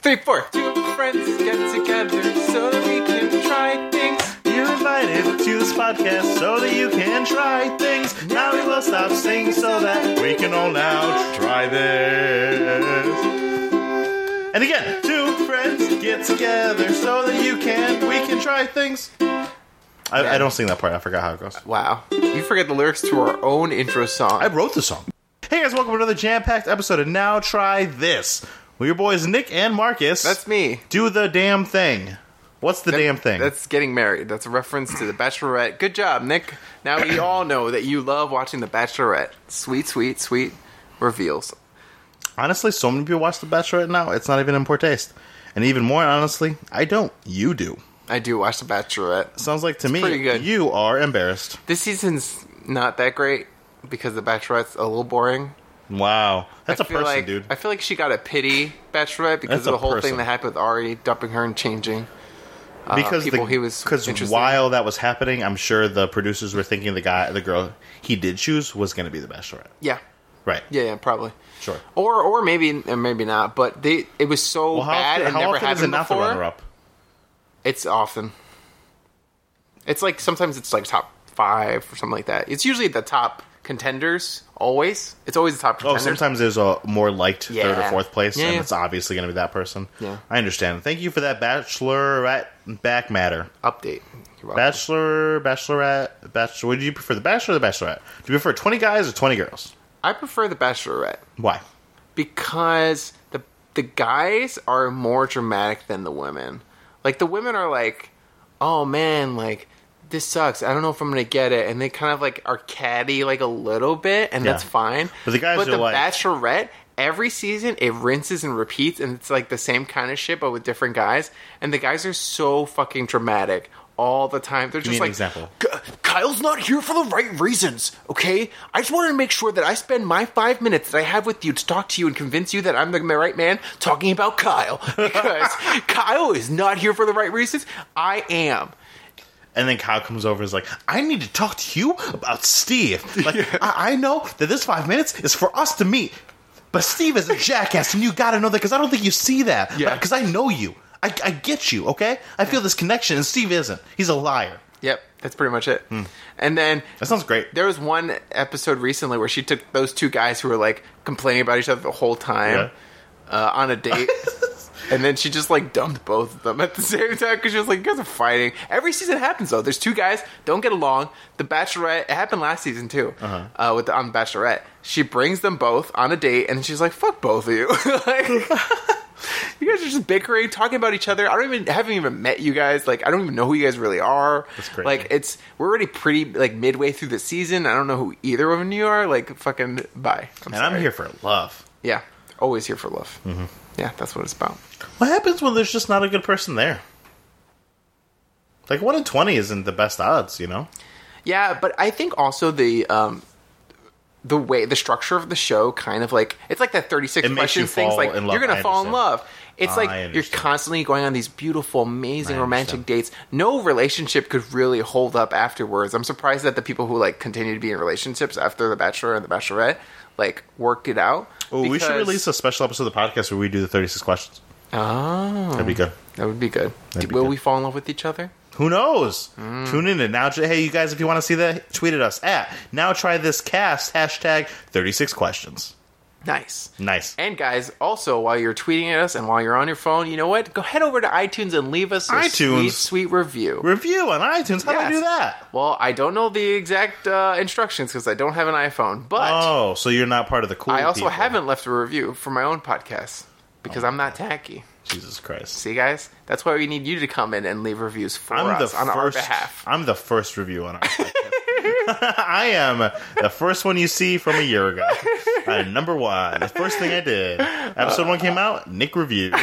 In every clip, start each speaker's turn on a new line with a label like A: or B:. A: three, four. Two friends get together so that we can try things.
B: You're invited to this podcast so that you can try things. Now we will stop singing so that we can all now try this. And again, two friends get together so that you can, we can try things. I, I don't sing that part. I forgot how it goes.
A: Wow. You forget the lyrics to our own intro song.
B: I wrote the song. Hey guys, welcome to another jam-packed episode of Now Try This. Well, your boys Nick and Marcus.
A: That's me.
B: do the damn thing. What's the damn thing?
A: That's getting married. That's a reference to The Bachelorette. Good job, Nick. Now we all know that you love watching The Bachelorette. Sweet, sweet, sweet reveals.
B: Honestly, so many people watch The Bachelorette now. It's not even in poor taste. And even more honestly, I don't. You do.
A: I do watch The Bachelorette.
B: Sounds like to me
A: pretty good.
B: you are embarrassed.
A: This season's not that great because The Bachelorette's a little boring.
B: Wow, that's
A: a
B: a person,
A: like,
B: dude.
A: I feel like she got a pity Bachelorette because
B: That's
A: of
B: a
A: the whole thing
B: person.
A: that happened with Ari dumping her and changing. uh,
B: because
A: people
B: the,
A: he was
B: because
A: interested
B: while that was happening, I'm sure the producers were thinking the guy, the girl he did choose was going to be the Bachelorette.
A: Yeah,
B: Right.
A: yeah, yeah, probably.
B: Sure.
A: Or or maybe and maybe not. But they it was so
B: Well, how
A: bad
B: often,
A: and
B: how
A: never
B: often is it
A: happened
B: not the
A: before.
B: runner-up?
A: It's often. It's like sometimes it's like top five or something like that. It's usually the top contenders. Always, it's always the top
B: Oh,
A: contenders.
B: sometimes there's a more liked third
A: Yeah.
B: or fourth place,
A: Yeah,
B: and
A: yeah.
B: it's obviously going to be that person.
A: Yeah.
B: I understand. Thank you for that Bachelorette back matter.
A: Update. You're welcome.
B: Bachelor, Bachelorette, Bachelor. Would you prefer the Bachelor or the Bachelorette? Do you prefer 20 guys or 20 girls?
A: I prefer the Bachelorette
B: Why?
A: because the the guys are more dramatic than the women. Like the women are like, "Oh man, like this sucks. I don't know if I'm gonna get it," and they kind of like are catty like a little bit, and
B: Yeah.
A: that's fine.
B: But the guys
A: but
B: are
A: the
B: like-
A: Bachelorette. Every season, it rinses and repeats, and it's like the same kind of shit, but with different guys. And the guys are so fucking dramatic all the time. They're
B: Give me
A: just
B: an
A: like,
B: example.
A: Kyle's not here for the right reasons, okay? I just wanted to make sure that I spend my five minutes that I have with you to talk to you and convince you that I'm the right man talking about Kyle. Because Kyle is not here for the right reasons. I am.
B: And then Kyle comes over and is like, I need to talk to you about Steve. Like, I, I know that this five minutes is for us to meet, but Steve is a jackass, and you gotta know that because I don't think you see that.
A: Yeah.
B: Because I know you. I, I get you, okay? I feel this connection, and Steve isn't. He's a liar.
A: Yep, that's pretty much it.
B: Hmm.
A: And then
B: That sounds great.
A: there was one episode recently where she took those two guys who were like complaining about each other the whole time uh, on a date. And then she just like dumped both of them at the same time because she was like, "You guys are fighting." Every season happens though. There's two guys don't get along. The Bachelorette it happened last season too
B: Uh-huh.
A: uh, with the, on Bachelorette. She brings them both on a date, and she's like, "Fuck both of you." like, you guys are just bickering, talking about each other. I don't even I haven't even met you guys. Like, I don't even know who you guys really are.
B: That's crazy.
A: Like, it's we're already pretty like midway through the season. I don't know who either of you are. Like, fucking bye. I'm
B: And I'm
A: sorry.
B: here for love.
A: Yeah, always here for love. Mm-hmm. Yeah, that's what it's about.
B: What happens when there's just not a good person there? Like one in twenty isn't the best odds, you know.
A: Yeah, but I think also the um, the way the structure of the show kind of like it's like that thirty six
B: It makes
A: questions
B: you
A: things
B: fall
A: like
B: in love.
A: you're gonna
B: I
A: fall in
B: understand.
A: love. It's
B: Ah, I
A: like you're
B: understand.
A: constantly going on these beautiful, amazing
B: I
A: romantic
B: understand.
A: dates. No relationship could really hold up afterwards. I'm surprised that the people who like continue to be in relationships after The Bachelor and The Bachelorette like worked it out.
B: Well, we should
A: because-
B: release a special episode of the podcast where we do the thirty-six questions.
A: Oh,
B: That'd be good.
A: that would be good.
B: That'd be
A: Will
B: good.
A: we fall in love with each other?
B: Who knows?
A: Mm.
B: Tune in to now. Hey, you guys, if you want to see that, tweet at us at now. Try this cast hashtag thirty-six questions.
A: Nice.
B: Nice.
A: And guys, also while you're tweeting at us and while you're on your phone, you know what? Go head over to iTunes and leave us a sweet,
B: iTunes?
A: sweet review.
B: Review on iTunes. How do I
A: Yes.
B: do that?
A: Well, I don't know the exact uh, instructions because I don't have an iPhone, but
B: Oh, so you're not part of the cool.
A: I also
B: people. Oh.
A: haven't left a review for my own podcast because I'm not tacky.
B: Jesus Christ.
A: See, guys, that's why we need you to come in and leave reviews for
B: I'm
A: us
B: the
A: on
B: first,
A: our behalf.
B: I'm the first review on our podcast. I am the first one you see from a year ago. Uh, number one. The first thing I did. Episode one came out, Nick reviewed.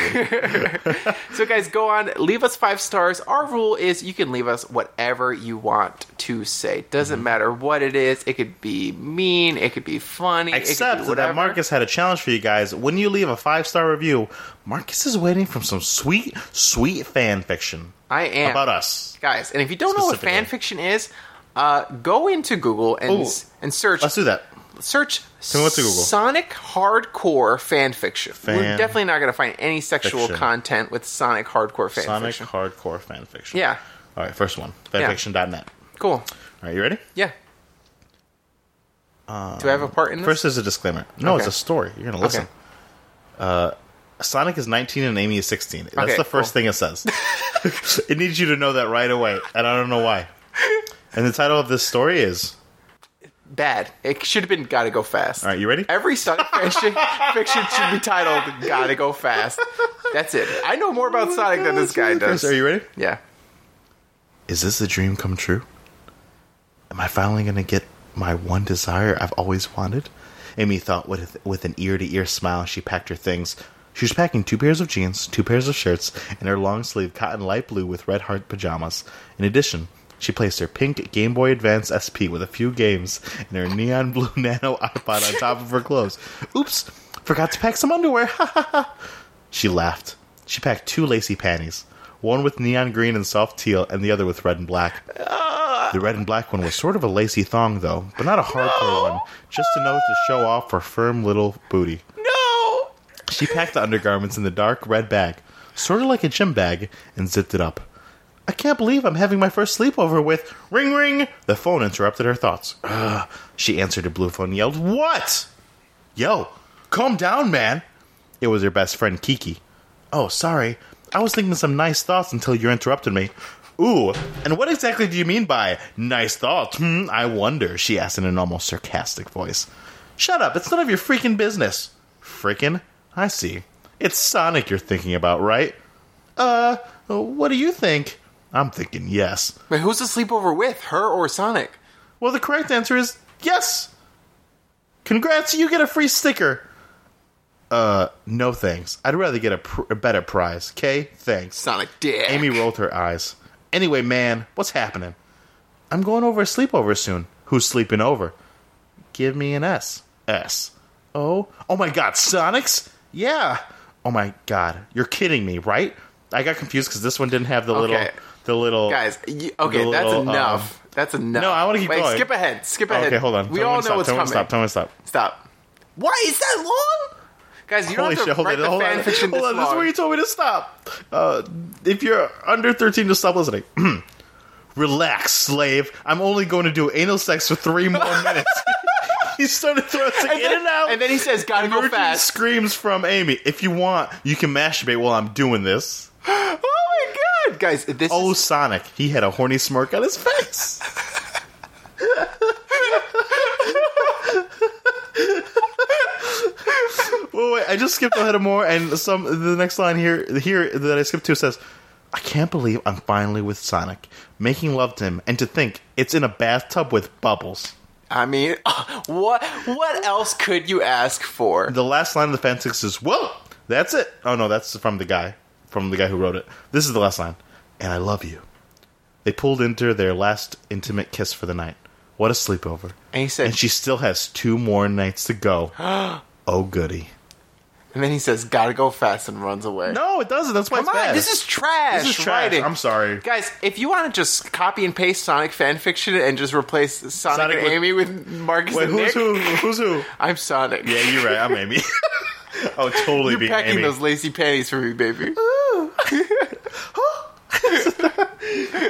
A: So, guys, go on, leave us five stars. Our rule is you can leave us whatever you want to say. Doesn't
B: Mm-hmm.
A: matter what it is. It could be mean. It could be funny. it could
B: Except
A: be
B: that
A: whatever.
B: Marcus had a challenge for you guys. When you leave a five star review, Marcus is waiting from some sweet, sweet fan fiction
A: I am
B: about us.
A: guys. And if you don't know what fan
B: Specifically.
A: fiction is, uh, go into Google and
B: Ooh.
A: and search
B: Let's do that.
A: search
B: me what to Google.
A: Sonic hardcore fan fiction. We're
B: Fan
A: definitely not going to find any sexual
B: fiction.
A: content with Sonic hardcore fan
B: Sonic
A: fiction.
B: hardcore fan fiction.
A: Yeah.
B: All right, first one.
A: Yeah.
B: Fanfiction.net.
A: Cool.
B: All right, you ready?
A: Yeah. Do I have a part in this?
B: Uh, First is a disclaimer. No,
A: Okay.
B: it's a story. You're going to listen.
A: Okay.
B: Uh, Sonic is 19 and Amy is 16. That's
A: Okay,
B: the first
A: cool.
B: thing it says. it needs you to know that right away, and I don't know why. And the title of this story is
A: Bad. It should have been Gotta Go Fast.
B: All right, you ready?
A: Every Sonic fiction, fiction should be titled Gotta Go Fast. That's it. I know more
B: Oh
A: about Sonic than this guy does.
B: Are you ready?
A: Yeah.
B: Is this a dream come true? Am I finally going to get my one desire I've always wanted? Amy thought with, with an ear to ear smile. She packed her things. She was packing two pairs of jeans, two pairs of shirts, and her long sleeve cotton light blue with red heart pajamas. In addition, she placed her pink Game Boy Advance SP with a few games and her neon blue nano iPod on top of her clothes. Oops, forgot to pack some underwear. Ha ha ha. She laughed. She packed two lacy panties, one with neon green and soft teal, and the other with red and black. The red and black one was sort of a lacy thong, though, but not a hardcore one, just enough to show off her firm little booty.
A: No!
B: She packed the undergarments in the dark red bag, sort of like a gym bag, and zipped it up. I can't believe I'm having my first sleepover with ring ring. The phone interrupted her thoughts. Ugh. She answered a blue phone and yelled, "What? Yo, calm down, man." It was her best friend Kiki. Oh, sorry. I was thinking some nice thoughts until you interrupted me. Ooh, and what exactly do you mean by nice thoughts? Hmm, I wonder, she asked in an almost sarcastic voice. Shut up, it's none of your freaking business. Freaking? I see. It's Sonic you're thinking about, right? Uh, what do you think? I'm thinking yes.
A: But who's the sleepover with? Her or Sonic?
B: Well, the correct answer is yes. Congrats, you get a free sticker. Uh, no thanks. I'd rather get a, pr- a better prize. Okay, thanks.
A: Sonic dick.
B: Amy rolled her eyes. Anyway, man, what's happening? I'm going over a sleepover soon. Who's sleeping over? Give me an S. S. Oh, oh my god, Sonics? Yeah. Oh my god, you're kidding me, right? I got confused because this one didn't have the little,
A: Okay.
B: the little
A: Guys, you, okay,
B: The
A: that's
B: little, uh,
A: enough. that's enough.
B: No, I wanna keep
A: Wait,
B: going.
A: skip ahead. Skip ahead.
B: Okay, hold on.
A: We
B: Tell me
A: all
B: when to
A: know what's
B: stop.
A: coming.
B: Tell me when to stop. Tell me when to stop.
A: Stop. Why is that long? Guys, you don't
B: Holy
A: have to
B: shit, hold
A: write
B: on,
A: the
B: hold
A: fan
B: on.
A: fiction
B: Hold
A: this
B: on, this is
A: long.
B: where you told me to stop. Uh, if you're under 13, just stop listening. Relax, slave. I'm only going to do anal sex for three more minutes. he started thrusting in and out.
A: And then he says, "Gotta go
B: Emergent
A: fast."
B: screams from Amy. If you want, you can masturbate while I'm doing this.
A: oh my god, guys! This
B: Oh,
A: is,
B: Sonic. He had a horny smirk on his face. Wait, wait, I just skipped ahead of more, and some the next line here here that I skipped to says, "I can't believe I'm finally with Sonic, making love to him, and to think it's in a bathtub with bubbles."
A: I mean, what what else could you ask for?
B: The last line of the fanfic is, "Well, that's it." Oh no, that's from the guy, from the guy who wrote it. This is the last line, and I love you. They pulled into their last intimate kiss for the night. What a sleepover!
A: And he said,
B: and she still has two more nights to go. oh goody!
A: and then he says, "Gotta go fast," and runs away.
B: No, it doesn't. That's why
A: Come
B: it's
A: on,
B: bad.
A: this is trash.
B: This is trash.
A: writing.
B: I'm sorry.
A: guys. If you want to just copy and paste Sonic fan fiction and just replace Sonic,
B: Sonic
A: and
B: with-
A: Amy with Marcus
B: Wait,
A: and
B: who's
A: Nick,
B: who? Who's who?
A: I'm Sonic.
B: Yeah, you're right. I'm Amy. I would totally
A: you're
B: be
A: packing
B: Amy.
A: those lacy panties for me, baby.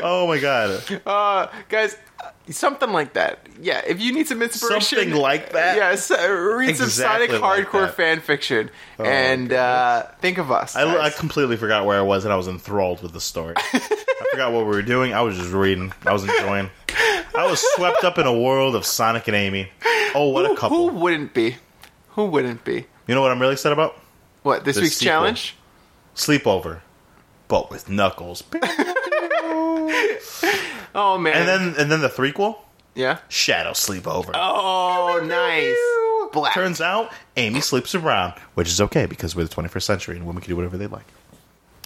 B: Oh my god!
A: Uh, guys, uh, something like that. Yeah, if you need some inspiration,
B: Something like that?
A: Yes, uh, read some
B: Exactly
A: Sonic
B: like
A: hardcore
B: that. Oh,
A: fan fiction and uh, think of us.
B: I, I
A: guys.
B: completely forgot where I was, and I was enthralled with the story. I forgot what we were doing. I was just reading. I was enjoying. I was swept up in a world of Sonic and Amy. Oh, what a
A: Who
B: couple!
A: wouldn't be? Who wouldn't be?
B: You know what I'm really excited about?
A: What this
B: The
A: week's
B: sequel.
A: challenge?
B: Sleepover, but with Knuckles.
A: Oh man!
B: And then, and then the threequel,
A: yeah.
B: Shadow Sleepover.
A: Oh, nice. Black.
B: Turns out Amy sleeps around, which is okay because we're the 21st century and women can do whatever they like.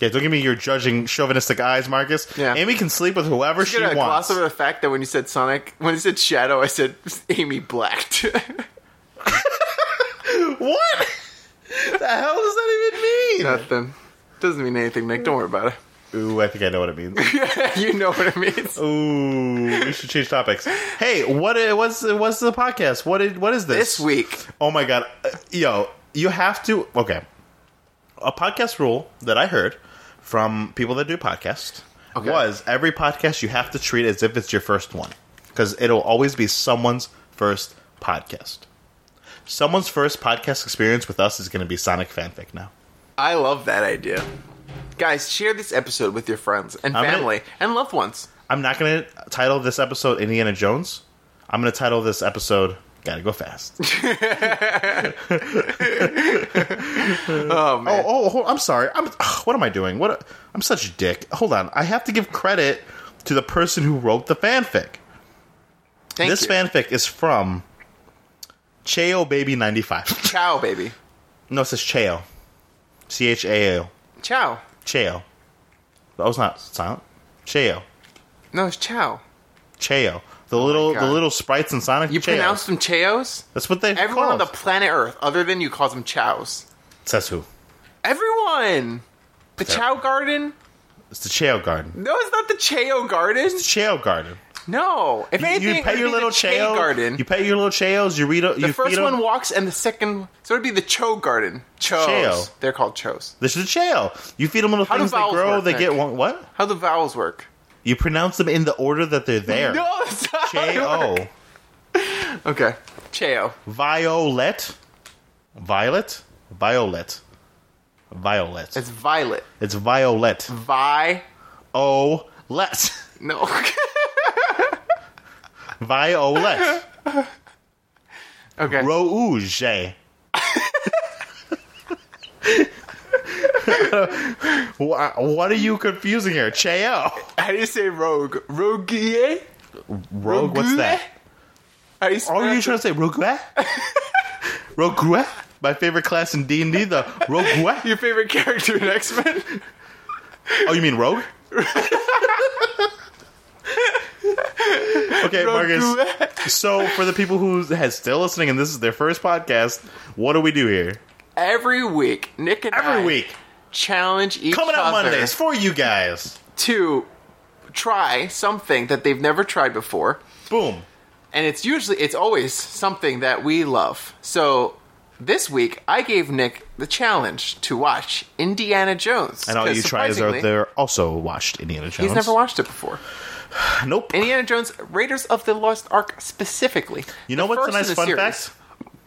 B: Yeah, don't give me your judging chauvinistic eyes, Marcus.
A: Yeah.
B: Amy can sleep with whoever she
A: I'm gonna gloss
B: wants.
A: over the fact that when you said Sonic, when you said Shadow, I said Amy blacked.
B: What? the hell does that even mean?
A: Nothing. Doesn't mean anything, Nick. Don't worry about it.
B: Ooh, I think I know what it means.
A: you know what it means.
B: Ooh, we should change topics. Hey, what i- what's what's the podcast? What did what is this?
A: This week,
B: Oh my god, Uh, yo, you have to. Okay, a podcast rule that I heard from people that do podcasts
A: Okay.
B: was every podcast you have to treat as if it's your first one because it'll always be someone's first podcast. Someone's first podcast experience with us is going to be Sonic Fanfic now.
A: I love that idea. Guys, share this episode with your friends and
B: I'm gonna-
A: family and loved ones.
B: I'm not going to title this episode Indiana Jones. I'm going to title this episode Gotta Go Fast.
A: Oh
B: oh,
A: man,
B: oh, hold- I'm sorry. I'm, ugh, what am I doing? What? a- I'm such a dick. Hold on. I have to give credit to the person who wrote the fanfic.
A: thank
B: this
A: you.
B: fanfic is from Chao Baby 95.
A: Ciao, baby.
B: no, it says Chao. C H A E O.
A: Ciao.
B: Chao. That was not silent. Chao.
A: No, it's ciao.
B: Chao. The little the
A: Oh God.
B: little sprites in Sonic.
A: You
B: Chao.
A: pronounce them Chaos?
B: That's what they
A: Everyone
B: call
A: on the planet Earth, other than you, calls them Chows.
B: Says who?
A: Everyone! The Chow Garden?
B: It's the Chao Garden.
A: No, it's not the Chao Garden.
B: Chao Garden.
A: No. If anything,
B: you
A: it
B: pet
A: would
B: your
A: be
B: little
A: the Che
B: Chao
A: Garden.
B: You pet your little Chaos. You read.
A: the
B: you
A: first
B: feed 'em-
A: one walks, and the second. So it'd be the Cho Garden. Chos.
B: Chao.
A: They're called Chos.
B: This is a chail. You feed them little
A: do
B: things that
A: vowels
B: grow.
A: work,
B: They
A: Nick?
B: get one. What?
A: How the vowels work?
B: You pronounce them in the order that they're there.
A: No, it's not how they
B: J
A: work.
B: O
A: Okay. Chao.
B: violet, violet, violet, violet.
A: It's Violet.
B: It's violet.
A: Vi.
B: O let
A: No.
B: violet.
A: okay.
B: Rouge. Wha- what are you confusing here? Chao.
A: How do you say rogue? Rogue?
B: Rogue. What's that?
A: How do you
B: Are you
A: pronounce
B: trying to say Rogue? Rogue? My favorite class in D and D, the Rogue.
A: Your favorite character in X Men?
B: Oh, you mean Rogue? okay, Marcus. So, for the people who has still listening, and this is their first podcast, what do we do here?
A: Every week, Nick and
B: Every
A: I
B: week,
A: challenge each
B: coming out
A: other
B: Mondays for you guys.
A: to try something that they've never tried before,
B: Boom.
A: and it's usually it's always something that we love. So this week, I gave Nick the challenge to watch Indiana Jones,
B: And all
A: 'cause
B: you tries are
A: surprisingly,
B: there also watched Indiana Jones.
A: He's never watched it before.
B: Nope.
A: Indiana Jones, Raiders of the Lost Ark specifically.
B: you know
A: The
B: what's a
A: first in
B: nice
A: the
B: fun
A: series.
B: fact?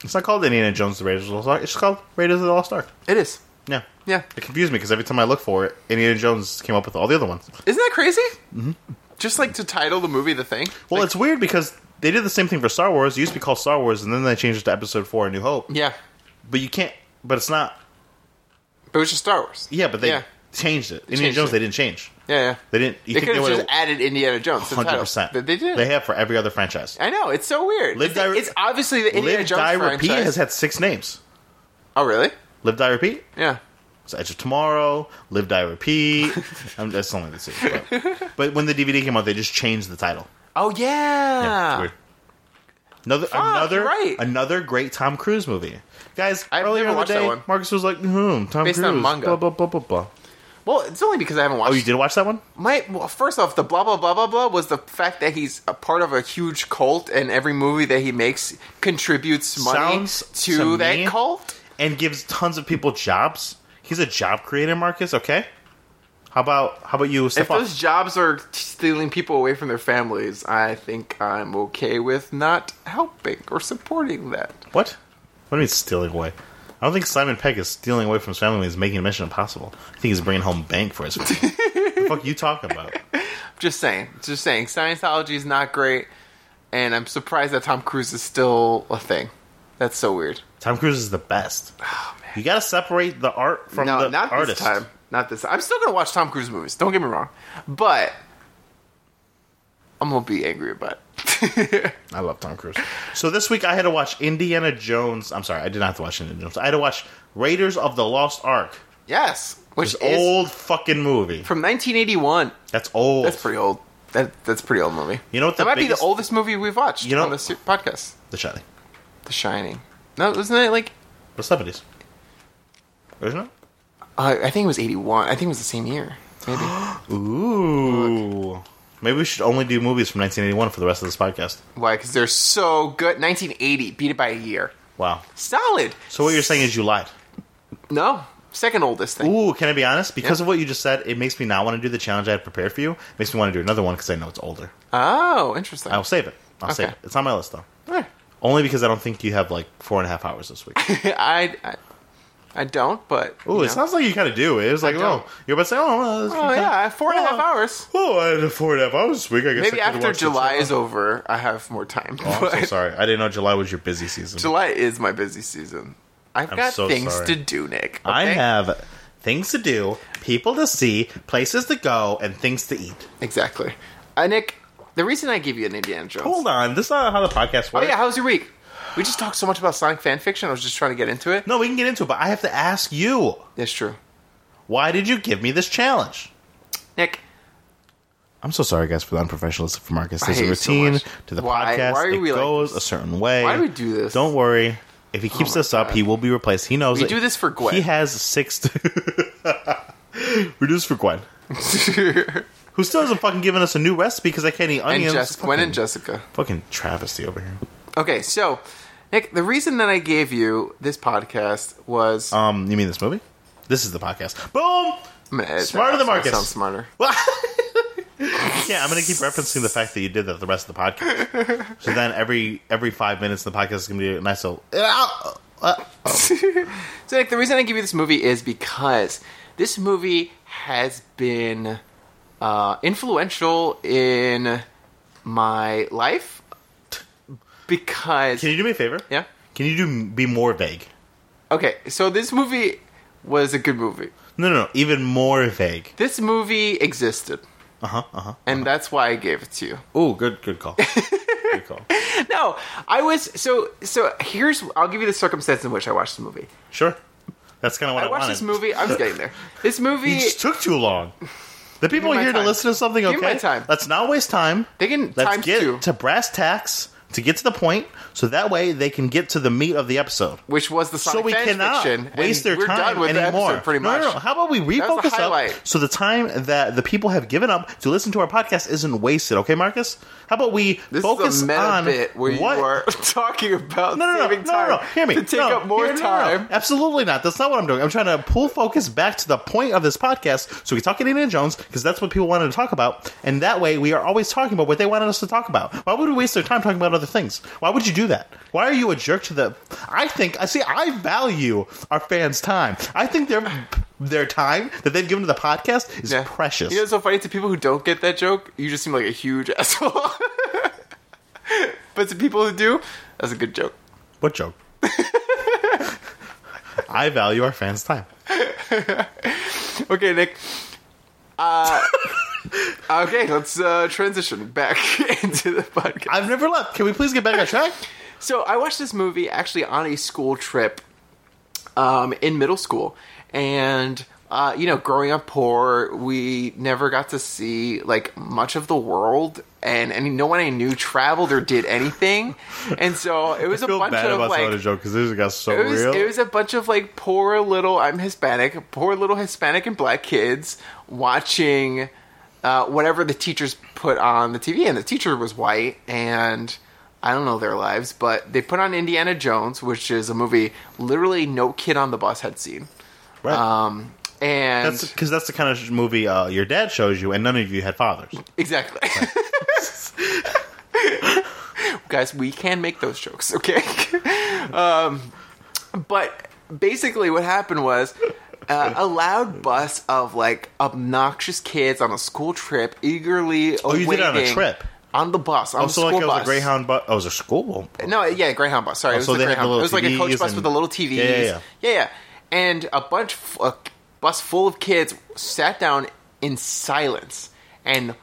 B: It's not called Indiana Jones: The Raiders of the Lost Ark. It's called Raiders of the Lost Ark.
A: It is.
B: Yeah.
A: Yeah.
B: It confused me because every time I look for it, Indiana Jones came up with all the other ones.
A: Isn't that crazy? Mm-hmm. Just like to title the movie the thing.
B: Well, it's weird because they did the same thing for Star Wars. It used to be called Star Wars, and then they changed it to Episode Four: A New Hope.
A: Yeah.
B: But you can't. But it's not.
A: But it was just Star Wars.
B: Yeah, but they
A: Yeah,
B: changed it. Indiana
A: Changed
B: Jones,
A: it.
B: they didn't change.
A: yeah. yeah.
B: They didn't. You
A: They
B: think
A: could
B: they
A: have
B: would
A: just added Indiana Jones.
B: hundred percent?
A: But they didn't.
B: They have for every other franchise.
A: I know. It's so weird.
B: Live,
A: it's,
B: die, re-
A: it's obviously the Indiana
B: Live
A: Jones
B: Die
A: franchise.
B: Repeat has had six names.
A: oh, really?
B: Live Die Repeat.
A: Yeah.
B: It's Edge of Tomorrow. Live Die Repeat. I'm, that's only the same. But, but when the DVD came out, they just changed the title.
A: Oh, yeah.
B: It's weird. Another another
A: Ah. you're right.
B: another great Tom Cruise movie, guys.
A: I've
B: earlier
A: never
B: in the
A: watched
B: day,
A: that one.
B: Marcus was like, "Hmm, Tom
A: Based
B: Cruise."
A: on manga.
B: Blah blah blah blah blah.
A: Well, it's only because I haven't watched.
B: Oh, you did watch that one?
A: My well, first off, the blah blah blah blah blah was the fact that he's a part of a huge cult, and every movie that he makes contributes money
B: Sounds
A: to,
B: to
A: that
B: me-
A: cult.
B: And gives tons of people jobs. He's a job creator, Marcus. Okay. How about how about you
A: If
B: step
A: those
B: off?
A: jobs are stealing people away from their families, I think I'm okay with not helping or supporting that.
B: What? What do you mean stealing away? I don't think Simon Pegg is stealing away from his family. when He's making Mission Impossible. I think he's bringing home bank for his. family. the fuck you talking about?
A: Just saying. Just saying. Scientology is not great, and I'm surprised that Tom Cruise is still a thing. That's so weird.
B: Tom Cruise is the best. You gotta separate the art from
A: Oh, no,
B: the
A: not
B: artist.
A: this time. Not this. I'm still gonna watch Tom Cruise movies. Don't get me wrong, but I'm gonna be angry about it.
B: I love Tom Cruise. So this week I had to watch Indiana Jones. I'm sorry, I did not have to watch Indiana Jones. I had to watch Raiders of the Lost Ark.
A: yes, which
B: This
A: is
B: old fucking movie.
A: from 1981.
B: That's old.
A: That's pretty old. That that's pretty old movie.
B: You know what the
A: that might be
B: biggest-
A: the oldest movie we've watched
B: You know-
A: on this se- podcast.
B: the Shining.
A: The Shining. No, wasn't it like
B: The seventies. Isn't it?
A: uh, I think it was 81. I think it was the same year. Maybe.
B: Ooh. Maybe we should only do movies from 1981 for the rest of this podcast.
A: Why? Because they're so good. 1980 beat it by a year.
B: Wow.
A: Solid.
B: So what you're saying is you lied.
A: No, second oldest thing.
B: Ooh, can I be honest? Because of what you just said, it makes me not want to do the challenge I had prepared for you. It makes me want to do another one because I know it's older.
A: Oh, interesting.
B: I'll save it. I'll save it.
A: Okay.
B: It's on my list though.
A: All right.
B: Only because I don't think you have like four and a half hours this week.
A: I, I, I don't. But
B: Ooh,
A: you
B: it
A: know.
B: sounds like you kind of do. It was like,
A: don't.
B: oh, you're about to say, oh,
A: Oh yeah, four and a half
B: Oh.
A: hours.
B: Oh, I had four and a half hours this week. I guess
A: Maybe
B: I could've
A: after
B: watched
A: July
B: this.
A: is over, I have more time.
B: Oh, I'm so
A: But
B: sorry. I didn't know July was your busy season.
A: July is my busy season. I've got
B: so
A: things
B: sorry.
A: to do, Nick.
B: I
A: okay?
B: have things to do, people to see, places to go, and things to eat.
A: exactly. Uh, Nick, the reason I give you an Indiana Jones.
B: Hold on, this is not how the podcast works.
A: Oh yeah, how was your week? We just talked so much about Sonic fan fiction. I was just trying to get into it.
B: No, we can get into it, but I have to ask you,
A: That's true.
B: why did you give me this challenge?
A: Nick,
B: I'm so sorry, guys, for the unprofessionalism from Marcus. There's
A: hate
B: a
A: you so
B: routine
A: much.
B: to the
A: Why-
B: podcast.
A: why are
B: it
A: we like
B: goes
A: this?
B: a certain way.
A: Why do we do this? Oh
B: Don't worry. If he keeps
A: my
B: this up,
A: God.
B: he will be replaced. He knows
A: We
B: it.
A: do this for Gwen.
B: He has six. we do this for Gwen,
A: and
B: who still hasn't fucking given us a new recipe because I can't eat onions.
A: Jess,
B: fucking,
A: Gwen and Jessica.
B: Fucking travesty over here.
A: Okay, so Nick, the reason that I gave you this podcast was
B: Um, you mean this movie? This is the podcast. Boom.
A: I'm gonna edit that
B: smarter
A: out
B: than
A: so I
B: Marcus.
A: Sound smarter.
B: Yeah, I'm gonna keep referencing the fact that you did that the rest of the podcast. so then every every five minutes in the podcast is gonna be a nice little. Ah, ah.
A: So, Nick, the reason I give you this movie is because this movie has been uh, influential in my life. Because
B: Can you do me a favor?
A: yeah,
B: Can you do be more vague?
A: okay. So this movie was a good movie.
B: No, no, no. Even more vague.
A: This movie existed,
B: Uh huh. Uh huh.
A: and that's why I gave it to you.
B: Oh, good, good call. good call.
A: No, I was so so. Here's I'll give you the circumstance in which I watched the movie.
B: Sure. That's kind of what I,
A: I watched
B: wanted.
A: this movie. I was getting there. This movie,
B: It just took too long. The people
A: me my
B: here to
A: time.
B: listen to something.
A: Give
B: Okay,
A: me my time.
B: let's not waste time.
A: they can
B: Let's
A: times
B: get
A: two,
B: to brass tacks to get to the point, so that way they can get to the meat of the episode.
A: which was the Sonic
B: so we
A: fan
B: cannot
A: fiction, and
B: waste their
A: we're
B: time
A: done with the
B: anymore.
A: episode pretty much.
B: No, no, no. How about we
A: was the
B: refocus up
A: highlight.
B: so the time that the people have given up to listen to our podcast isn't wasted? Okay, Marcus. How about we
A: This
B: focus
A: is a meta
B: on
A: bit where you
B: what?
A: are talking about
B: No, no, no,
A: saving
B: no, no,
A: time
B: no. Hear me.
A: to take
B: No,
A: up more
B: no, no, no, no.
A: time.
B: Absolutely not. That's not what I'm doing. I'm trying to pull focus back to the point of this podcast so we talk Indiana Jones because that's what people wanted to talk about. And that way we are always talking about what they wanted us to talk about. Why would we waste their time talking about other things? Why would you do that? Why are you a jerk to the. I think, I see, I value our fans' time. I think their, their time that they've given to the podcast is
A: Yeah.
B: precious.
A: You know, it's so funny to people who don't get that joke. You just seem like a huge asshole. but to people who do, that's a good joke.
B: What joke? I value our fans' time.
A: Okay, Nick. Uh, okay, let's uh, transition back into the podcast.
B: I've never left. Can we please get back on track?
A: So I watched this movie actually on a school trip um, in middle school, and uh, you know, growing up poor, we never got to see like much of the world, and and no one I knew traveled or did anything, and so it was a
B: feel
A: bunch
B: bad
A: of
B: about
A: like.
B: telling a joke because this got so
A: It was,
B: real.
A: it was a bunch of like poor little I'm Hispanic, poor little Hispanic and black kids watching uh, whatever the teachers put on the TV, and the teacher was white, and I don't know their lives, but they put on Indiana Jones, which is a movie literally no kid on the bus had seen,
B: right.
A: um, and
B: that's because that's the kind of movie uh, your dad shows you, and none of you had fathers.
A: exactly. Guys, we can make those jokes, okay? um, but basically, what happened was uh, a loud bus of like obnoxious kids on a school trip, eagerly oh,
B: you did it on a trip?
A: on the bus on the
B: Also,
A: school
B: like it was
A: bus.
B: a Greyhound bus. Oh, it was a school.
A: No, yeah, Greyhound bus. Sorry, it was
B: Oh, so
A: the
B: they had the
A: Greyhound.
B: little
A: it was like a coach
B: TVs
A: bus
B: and-
A: with a little TV.
B: Yeah, yeah, yeah.
A: yeah, yeah. And a bunch, f- a bus full of kids sat down in silence and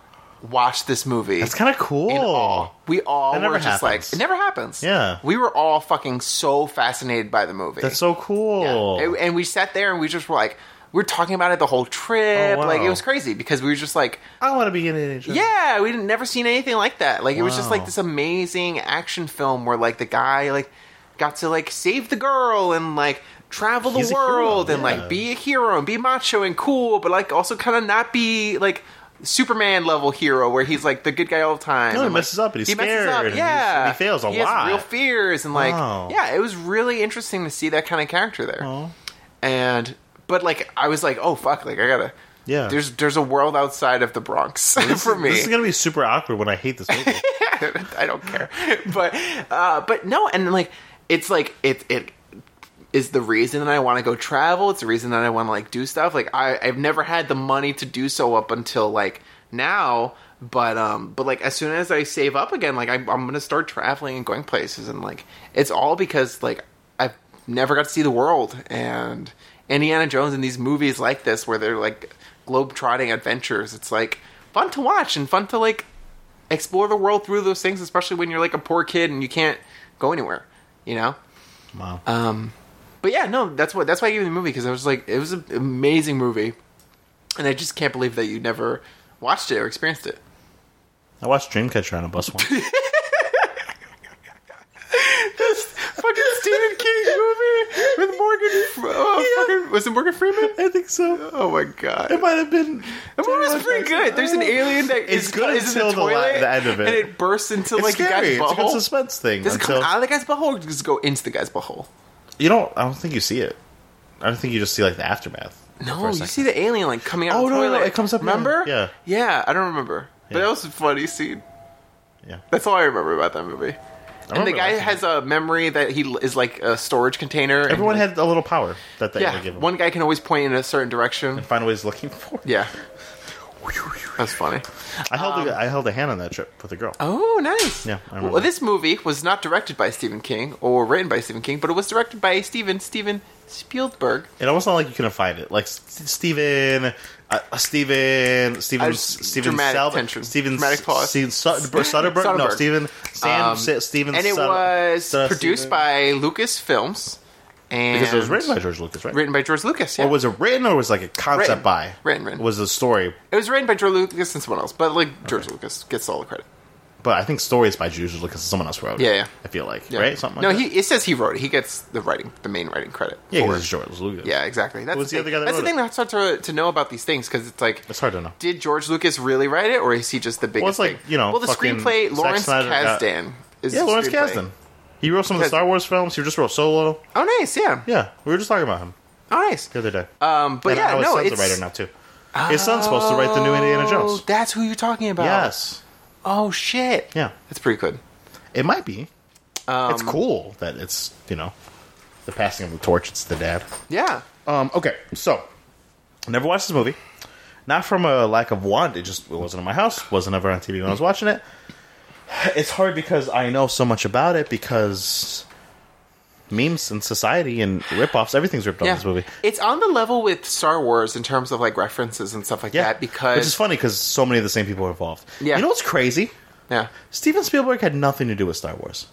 A: watched this movie.
B: That's kind of cool.
A: in awe. We all
B: That never
A: were just
B: happens.
A: like, it never happens.
B: Yeah.
A: We were all fucking so fascinated by the movie.
B: That's so
A: Yeah.
B: cool.
A: And- And we sat there and we just were like, we were talking about it the whole trip.
B: Oh, wow.
A: Like, it was crazy because we were just like,
B: I want to be in it.
A: yeah, we didn't never seen anything like that. Like it was just
B: Wow.
A: like this amazing action film where like the guy like got to like save the girl and like travel
B: He's
A: the
B: a hero,
A: world and
B: yeah.
A: like be a hero and be macho and cool, but like also kind of not be like Superman level hero where he's like the good guy all the time.
B: No, he
A: and, like,
B: messes up and he's
A: he messes
B: scared
A: up,
B: and he's-
A: yeah,
B: and he fails a
A: He has
B: lot.
A: real fears and like
B: Wow.
A: yeah, it was really interesting to see that kind of character there.
B: Aw.
A: And but like I was like, oh fuck, like I gotta.
B: Yeah.
A: there's there's a world outside of the Bronx for me.
B: This is gonna be super awkward when I hate this movie.
A: I don't care. But uh, but no, and like it's like it it is the reason that I want to go travel. It's the reason that I want to like do stuff. Like I I've never had the money to do so up until like now. But um, but like as soon as I save up again, like I, I'm gonna start traveling and going places, and like it's all because like I've never got to see the world and Indiana Jones and these movies like this where they're like globe-trotting adventures. It's like fun to watch and fun to like explore the world through those things, especially when you're like a poor kid and you can't go anywhere, you know.
B: wow.
A: Um, But yeah, no, that's what that's why I gave you the movie because I was like, it was an amazing movie, and I just can't believe that you never watched it or experienced it.
B: I watched Dreamcatcher on a bus once.
A: Fucking Stephen King movie with Morgan. Fr- Oh, fucking, was it Morgan Freeman?
B: I think so.
A: Oh my god.
B: It might have been.
A: The movie was pretty good. There's an alien that
B: It's
A: is,
B: good
A: is in
B: until
A: the
B: the la-
A: toilet,
B: the end of it.
A: and it bursts into
B: It's
A: like
B: scary.
A: the
B: It's
A: guy's
B: a good
A: butthole.
B: suspense thing.
A: Does it come
B: until-
A: out of the guy's butthole or does it go into the guy's butthole?
B: you don't. I don't think you see it. I don't think you just see like the aftermath. for
A: No,
B: a
A: you
B: second.
A: see the alien like coming out.
B: Oh,
A: of the
B: no, no,
A: toilet.
B: no, it comes up, yeah.
A: Remember?
B: Yeah.
A: yeah. I don't remember, but
B: Yeah.
A: that was a funny scene.
B: Yeah.
A: That's all I remember about that movie.
B: I
A: And the
B: remember
A: guy
B: watching
A: has a memory that he l- is like a storage container. and
B: Everyone
A: he,
B: had a little power that they
A: like,
B: yeah,
A: yeah.
B: gave them.
A: One guy can always point in a certain direction.
B: Find ways looking for. it.
A: Yeah, that's funny.
B: I held.
A: um,
B: a, I held a hand on that trip with a girl.
A: Oh, nice.
B: Yeah, I remember.
A: Well, this movie was not directed by Stephen King or written by Stephen King, but it was directed by Steven Steven Spielberg.
B: It almost not like you couldn't find it. Like S- Steven, uh, Steven,
A: I
B: Steven,
A: just-
B: Steven
A: dramatic
B: Sel-
A: tension.
B: Steven,
A: Dramatic pause.
B: Steven Sut- Sutterberg. No,
A: Soderbergh.
B: Steven, Sam,
A: Um,
B: Sa- Steven.
A: and it
B: Sut-
A: was
B: Sut-
A: produced
B: Steven-
A: by Lucas Films, and
B: because it was written by George Lucas, right?
A: written by George Lucas. Yeah.
B: Or was it written, or was it like a concept
A: Written.
B: by?
A: Written, written.
B: Was the story,
A: it was written by George Lucas and someone else, but like George Lucas gets all the credit.
B: but I think stories by George Lucas. Someone else wrote. it,
A: Yeah, yeah.
B: I feel like
A: Yeah.
B: right something.
A: no,
B: like
A: he it says he wrote it. He gets the writing, the main writing credit.
B: That. Yeah,
A: for
B: 'cause
A: it.
B: it's George Lucas.
A: yeah, exactly. That's
B: was
A: the,
B: the other
A: thing.
B: guy that
A: That's the
B: wrote
A: thing that's hard to, to know about these things because it's like,
B: it's hard to know.
A: did George Lucas really write it, or is he just the biggest?
B: Well, it's like
A: thing?
B: you know.
A: Well, the
B: fucking
A: screenplay
B: Zack
A: Lawrence
B: Snyder got-
A: Kasdan is
B: Yeah,
A: the
B: Lawrence
A: screenplay.
B: Kasdan. He wrote some of the
A: Because-
B: Star Wars films. He just wrote Solo.
A: Oh, nice. Yeah.
B: Yeah, we were just talking about him
A: Oh, nice.
B: the other day.
A: Um, but
B: And
A: yeah,
B: how his
A: no,
B: son's
A: it's
B: a writer now too. His son's supposed to write the new Indiana
A: Oh,
B: Jones.
A: That's who you're talking about.
B: Yes,
A: Oh shit.
B: yeah,
A: That's pretty good.
B: it might be. it's
A: Um,
B: cool that it's you know the passing of the torch. It's the dad.
A: Yeah.
B: Um, okay, so never watched this movie. Not from a lack of want. It just it wasn't in my house. wasn't ever on TV when I was watching it. It's hard because I know so much about it because memes and society and ripoffs. Everything's ripped off
A: Yeah.
B: this movie.
A: It's on the level with Star Wars in terms of like references and stuff like that because
B: which is funny because so many of the same people are involved.
A: Yeah.
B: you know what's crazy?
A: yeah.
B: Steven Spielberg had nothing to do with Star Wars.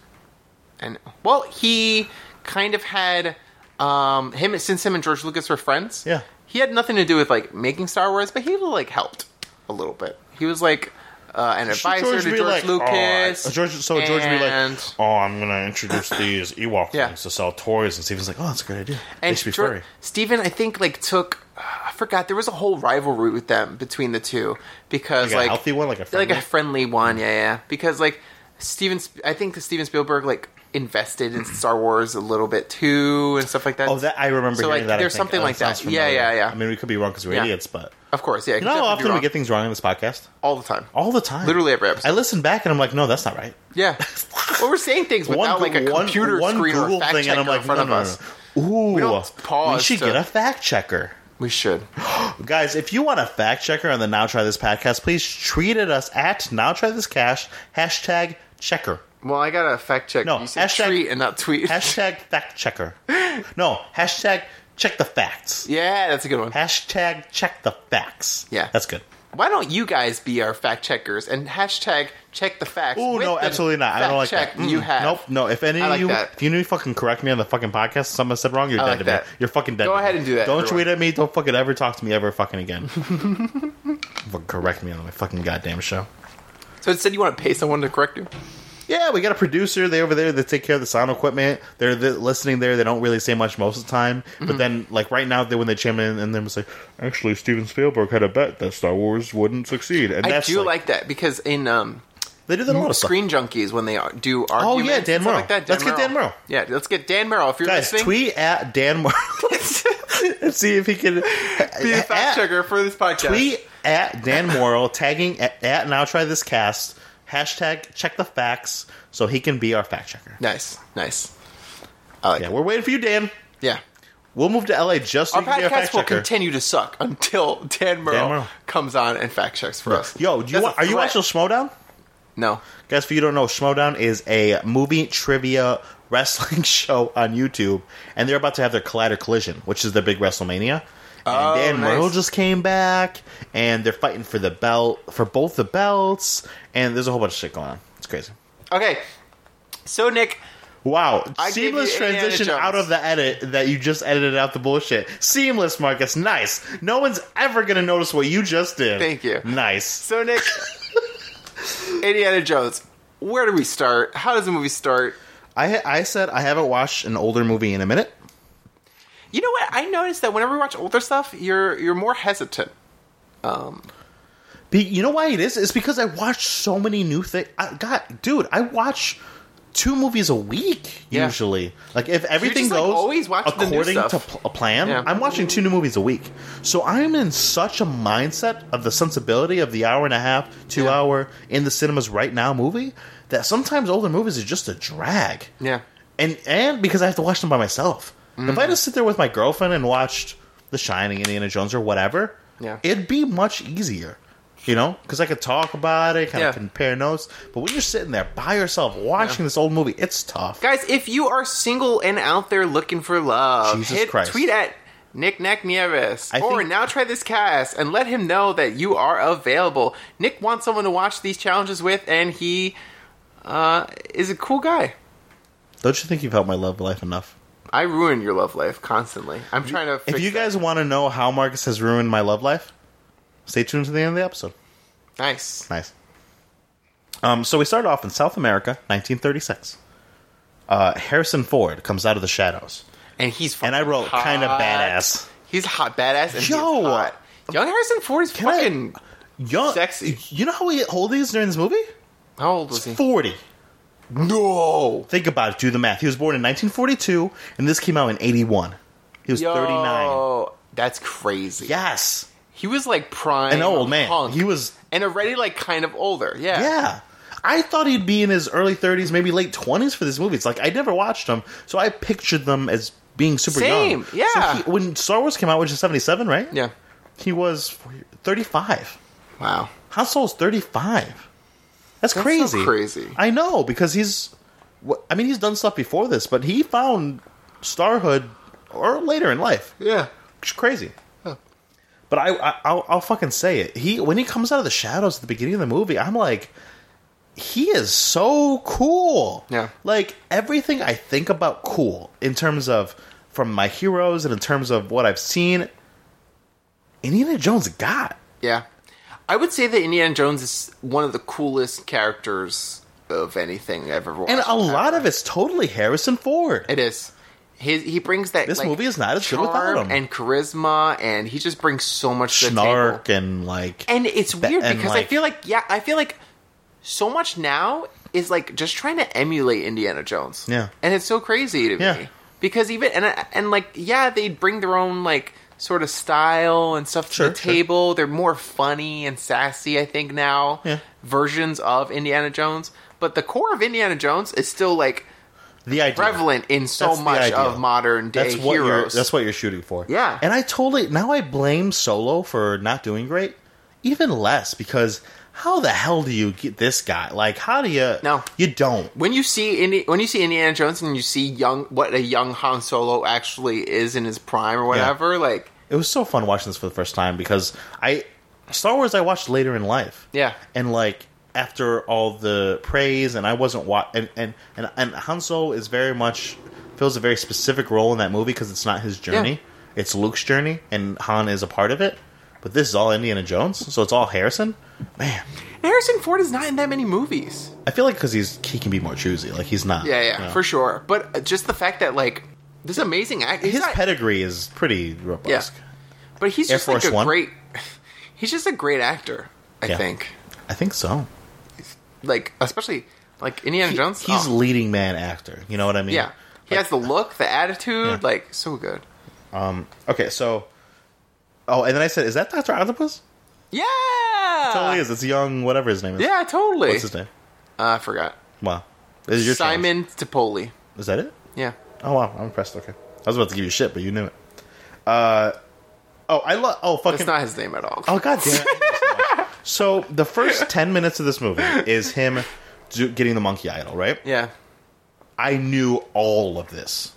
A: And well, he kind of had um him since him and George Lucas were friends.
B: Yeah.
A: He had nothing to do with like making Star Wars, but he like helped a little bit. He was like uh, an advisor to
B: be
A: George
B: like,
A: Lucas.
B: "Oh, I-" George, so George would be
A: and-
B: like, "Oh, I'm gonna introduce these Ewok
A: Yeah.
B: things to sell toys," and Steven's like, "Oh, that's a great idea. they
A: and
B: should be
A: Geor-
B: furry."
A: Steven, I think, like took. I forgot there was a whole rivalry with them between the two because
B: Like a
A: like,
B: healthy one, like a
A: like
B: friendly?
A: a friendly one, yeah, yeah. Because like Steven, Sp- I think Steven Spielberg like invested in Star Wars a little bit too and stuff like that.
B: Oh, that I remember
A: So,
B: hearing
A: like,
B: that. I
A: there's
B: think.
A: something
B: Oh,
A: like
B: sounds
A: that. Yeah,
B: familiar.
A: yeah, yeah.
B: I mean, we could be wrong because we're
A: Yeah.
B: idiots, but
A: Of course, yeah.
B: you know how often we get things wrong in this podcast?
A: all the time,
B: All the time,
A: literally every episode.
B: I listen back and I'm like, "No, that's not right."
A: yeah. well, we're saying things without like a
B: Goo-
A: computer screen or a fact checker in front of us.
B: Ooh, we,
A: don't pause
B: should
A: to-
B: get a fact checker.
A: We should.
B: Guys, if you want a fact checker on the Now Try This podcast, please tweet at us at Now Try This Cash, hashtag checker.
A: Well, I gotta fact check.
B: No,
A: you said
B: hashtag-
A: tweet and not tweet.
B: Hashtag fact checker. No, hashtag check the facts.
A: yeah, that's a good one.
B: Hashtag check the facts.
A: Yeah.
B: That's good.
A: Why don't you guys be our fact checkers and hashtag check the facts?
B: Oh,
A: with
B: no,
A: the
B: absolutely not. I
A: fact
B: don't like
A: check
B: that. Mm-mm.
A: You have
B: Nope, no. If any
A: I
B: of
A: like
B: you,
A: that.
B: if you need to fucking correct me on the fucking podcast, something I said wrong, you're
A: I
B: dead
A: like
B: to
A: that.
B: me. You're fucking dead.
A: Go
B: to
A: ahead
B: me.
A: and do that,
B: Don't
A: everyone.
B: tweet at me. Don't fucking ever talk to me ever fucking again. fucking correct me on my fucking goddamn show.
A: So instead, you want to pay someone to correct you?
B: yeah, we got a producer. They over there that take care of the sound equipment. They're the, listening there. They don't really say much most of the time.
A: Mm-hmm.
B: But then, like right now, they when they chime in and then was like, actually, Steven Spielberg had a bet that Star Wars wouldn't succeed. And
A: I
B: that's
A: do like, that because in um,
B: they do that a lot of stuff.
A: Screen Junkies when they ar- do arguments.
B: Oh, yeah,
A: and
B: Dan
A: stuff
B: Merle.
A: Like that,
B: Let's get Dan Merle.
A: Yeah, let's get Dan Merle. If you're
B: Guys,
A: listening,
B: tweet at Dan Marley and see if he can
A: be the
B: at-
A: fact checker for this podcast.
B: Tweet at Dan Morrill, tagging at, at Now Try This Cast, hashtag check the facts so he can be our fact checker.
A: Nice, nice. I like
B: Yeah,
A: it.
B: we're waiting for you, Dan.
A: Yeah.
B: We'll move to LA just so
A: Our
B: you can be our fact
A: podcast will
B: checker.
A: continue to suck until Dan Merle,
B: Dan Merle.
A: comes on and fact checks for us.
B: Yo, do you
A: That's
B: want,
A: a
B: are you
A: threat.
B: watching Schmodown?
A: No.
B: Guys, if you don't know, Schmodown is a movie trivia wrestling show on YouTube, and they're about to have their Collider Collision, which is their big WrestleMania. And
A: Oh,
B: Dan
A: nice.
B: Merle just came back, and they're fighting for the belt, for both the belts, and there's a whole bunch of shit going on. It's crazy.
A: Okay. So Nick,
B: Wow.
A: I give
B: Seamless
A: you Indiana
B: transition
A: Jones.
B: out of the edit that you just edited out the bullshit. Seamless, Marcus. Nice. No one's ever going to notice what you just did.
A: Thank you.
B: Nice.
A: so Nick, Indiana Jones. Where do we start? How does the movie start?
B: I I said I haven't watched an older movie in a minute.
A: You know what? I noticed that whenever we watch older stuff, you're you're more hesitant. Um,
B: Be, you know why it is? It's because I watch so many new things. God, dude, I watch two movies a week
A: Yeah.
B: usually. Like if everything
A: just, like,
B: goes
A: always watching the new
B: according
A: stuff.
B: to pl- a plan,
A: Yeah.
B: I'm watching two new movies a week. So I'm in such a mindset of the sensibility of the hour and a half, two
A: Yeah.
B: hour in the cinemas right now movie that sometimes older movies are just a drag.
A: yeah.
B: And and because I have to watch them by myself. If
A: Mm-hmm.
B: I just sit there with my girlfriend and watched The Shining, Indiana Jones, or whatever,
A: Yeah.
B: it'd be much easier. You know, because I could talk about it, kind
A: Yeah.
B: of compare notes. But when you're sitting there by yourself watching this old movie, it's tough.
A: Guys, if you are single and out there looking for love,
B: Jesus
A: hit,
B: Christ.
A: tweet at Nick Nack Nieves
B: I
A: or
B: think-
A: now try this cast and let him know that you are available. Nick wants someone to watch these challenges with, and he uh, is a cool guy.
B: Don't you think you've helped my love life enough?
A: I ruin your love life constantly. I'm trying to. Fix
B: if you
A: that.
B: guys want to know how Marcus has ruined my love life, stay tuned to the end of the episode.
A: nice,
B: Nice. Um, so we start off in South America, 1936. Uh, Harrison Ford comes out of the shadows.
A: and he's
B: And I wrote,
A: fucking
B: kinda
A: hot.
B: badass.
A: He's hot badass. And
B: Yo!
A: Yo, hot. young Harrison Ford is
B: I-
A: fucking.
B: Young,
A: Sexy.
B: You know how we hold these during this movie?
A: How old was he?
B: Forty.
A: No,
B: Think about it. Do the math. He was born in 1942, and this came out in 81. He was 39.
A: Yo, that's crazy.
B: Yes,
A: He was like prime
B: an old man.
A: punk.
B: He was.
A: and already like kind of older. Yeah,
B: Yeah, I thought he'd be in his early 30s, maybe late 20s for this movie. It's like I never watched him, so I pictured them as being super young.
A: Same, yeah.
B: So he- when Star Wars came out, which is 77, right?
A: yeah.
B: He was 35.
A: Wow,
B: Han Solo's 35. That's,
A: so
B: crazy.
A: crazy.
B: I know because he's. wh- I mean, he's done stuff before this, but he found starhood or later in life.
A: yeah.
B: It's crazy.
A: Huh.
B: But I, I I'll, I'll fucking say it. He when he comes out of the shadows at the beginning of the movie, I'm like, he is so cool.
A: Yeah.
B: Like everything I think about cool in terms of from my heroes and in terms of what I've seen. Indiana Jones got.
A: Yeah. I would say that Indiana Jones is one of the coolest characters of anything I've ever watched.
B: And a lot of it's totally Harrison Ford.
A: It is. His, he brings that.
B: This
A: like,
B: movie is not as good without
A: charm
B: him.
A: And charisma, and he just brings so much to the table.
B: snark and like
A: And it's weird
B: and,
A: because I
B: like-
A: feel like yeah, I feel like so much now is like just trying to emulate Indiana Jones.
B: Yeah.
A: and it's so crazy to
B: Yeah.
A: me because even and I- and like yeah, they bring their own like sort of style and stuff to
B: Sure,
A: the
B: sure.
A: table. They're more funny and sassy, I think now.
B: Yeah.
A: versions of Indiana Jones, but the core of Indiana Jones is still like
B: the idea
A: prevalent in so
B: That's the
A: much
B: idea.
A: of modern day
B: that's what you're
A: heroes.
B: that's what you're shooting for
A: Yeah.
B: and i totally now i blame solo for not doing great even less because how the hell do you get this guy like how do you
A: No.
B: you don't
A: when you see Indi- when you see Indiana Jones and you see young what a young Han Solo actually is in his prime or whatever, like
B: it was so fun watching this for the first time because i star wars i watched later in life
A: yeah,
B: and like after all the praise and i wasn't wa- and, and and and han solo is very much fills a very specific role in that movie because it's not his journey
A: Yeah.
B: it's luke's journey and han is a part of it but this is all indiana jones so it's all harrison man
A: Harrison Ford is not in that many movies.
B: I feel like because he's he can be more choosy. Like he's not.
A: Yeah, yeah,
B: you know.
A: for sure. But uh, just the fact that like this amazing act, he's
B: His
A: not-
B: pedigree is pretty robust.
A: but he's
B: Air
A: just like
B: Force
A: a
B: One?
A: great. He's just a great actor. I
B: Yeah.
A: think,
B: I think so.
A: like especially like Indiana Jones.
B: He's
A: oh,
B: leading man actor. You know what I mean?
A: yeah. He
B: Like,
A: has the look, the attitude,
B: Yeah.
A: like so good.
B: Okay, so. Oh, and then I said, "Is that Doctor Octopus?"
A: Yeah, Uh,
B: totally is. It's young, whatever his name is.
A: Yeah, totally.
B: What's his name?
A: Uh, I forgot.
B: Wow. This is your challenge.
A: Simon Tipoli.
B: Is that it?
A: Yeah.
B: Oh wow, I'm impressed. Okay, I was about to give you shit, but you knew it. Uh, oh, I love. Oh, fucking.
A: That's not his name at all.
B: oh god damn it. so the first ten minutes of this movie is him do, getting the monkey idol, right?
A: Yeah.
B: I knew all of this,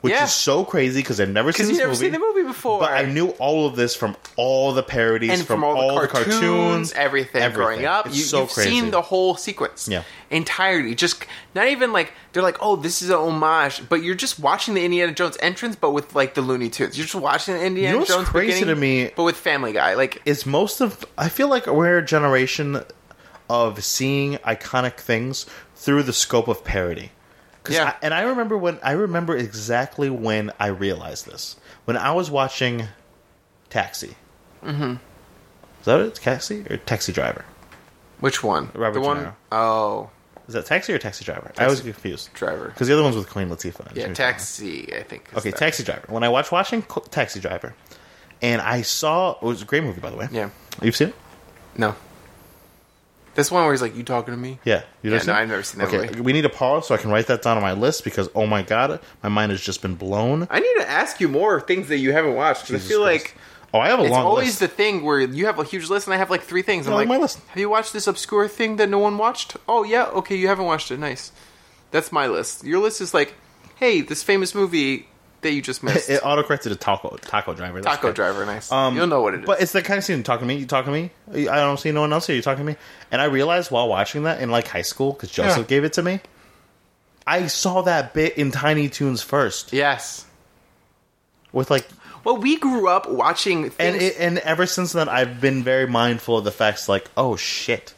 B: which
A: Yeah.
B: is so crazy because I've never
A: Because
B: seen this
A: you've never
B: movie.
A: seen the movie before.
B: But I knew all of this from all the parodies,
A: and from, all, the, cartoons, everything, growing up.
B: It's
A: you,
B: so
A: you've
B: crazy.
A: seen the whole sequence,
B: Yeah.
A: entirety. Just not even like they're like, oh, this is an homage, but you're just watching the Indiana Jones entrance, but with like the Looney Tunes. You're just watching the Indiana
B: You know what's
A: Jones
B: crazy
A: beginning,
B: to me-
A: but with Family Guy. Like,
B: is most of I feel like we're a generation of seeing iconic things through the scope of parody. 'Cause
A: Yeah.
B: I- and I remember when I remember exactly when I realized this. When I was watching Taxi. Mm-hmm. Is that it? Taxi or Taxi Driver?
A: which one?
B: Robert
A: the
B: De
A: one
B: Niro.
A: Oh,
B: Is that Taxi or Taxi Driver? I was confused.
A: Driver.
B: Because the other one's with Queen Latifah.
A: yeah, Taxi. I think. is
B: Okay,
A: that.
B: Taxi Driver. When I watched watching Co- Taxi Driver, and I saw it was a great movie by the way.
A: Yeah.
B: you've seen it?
A: No, this one where he's like, "You talking to me?"
B: Yeah, you
A: Yeah,
B: never seen
A: no,
B: it?
A: I've never seen that
B: Okay,
A: movie.
B: we need a pause so I can write that down on my list because oh my god, my mind has just been blown.
A: I need to ask you more things that you haven't watched. 'cause I
B: Jesus
A: feel
B: Christ.
A: like
B: oh, I have a
A: It's
B: long
A: always
B: list.
A: the thing where you have a huge list and I have like three things. I'm
B: No,
A: like,
B: my list.
A: have you watched this obscure thing that no one watched? Oh yeah, okay, you haven't watched it. Nice. That's my list. Your list is like, hey, this famous movie that you just missed,
B: it autocorrected to taco taco driver. That's
A: Taco
B: good.
A: Driver. Nice.
B: Um,
A: You'll know what it is.
B: But it's the kind of scene talking to me. You talking to me? I don't see no one else here. You talking to me? And I realized while watching that in like high school because Joseph
A: Yeah.
B: gave it to me. I saw that bit in Tiny Toons first
A: yes.
B: with like,
A: Well, we grew up watching things.
B: and it, and ever since then I've been very mindful of the facts. Like, oh shit,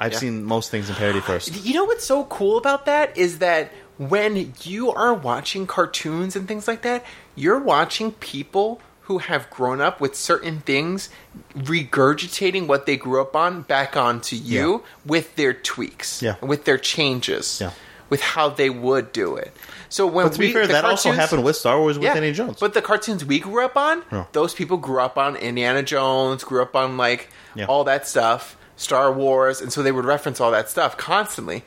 B: I've
A: Yeah.
B: seen most things in parody first.
A: you know what's so cool about that is that when you are watching cartoons and things like that, you're watching people who have grown up with certain things regurgitating what they grew up on back onto you
B: Yeah.
A: with their tweaks,
B: Yeah.
A: with their changes,
B: Yeah.
A: with how they would do it. So when
B: But to be
A: we-
B: fair,
A: the
B: that also
A: cartoons-
B: happened with Star Wars with
A: yeah,
B: Indiana Jones.
A: But the cartoons we grew up on,
B: Yeah.
A: those people grew up on Indiana Jones, grew up on like
B: Yeah.
A: all that stuff, Star Wars, and so they would reference all that stuff constantly.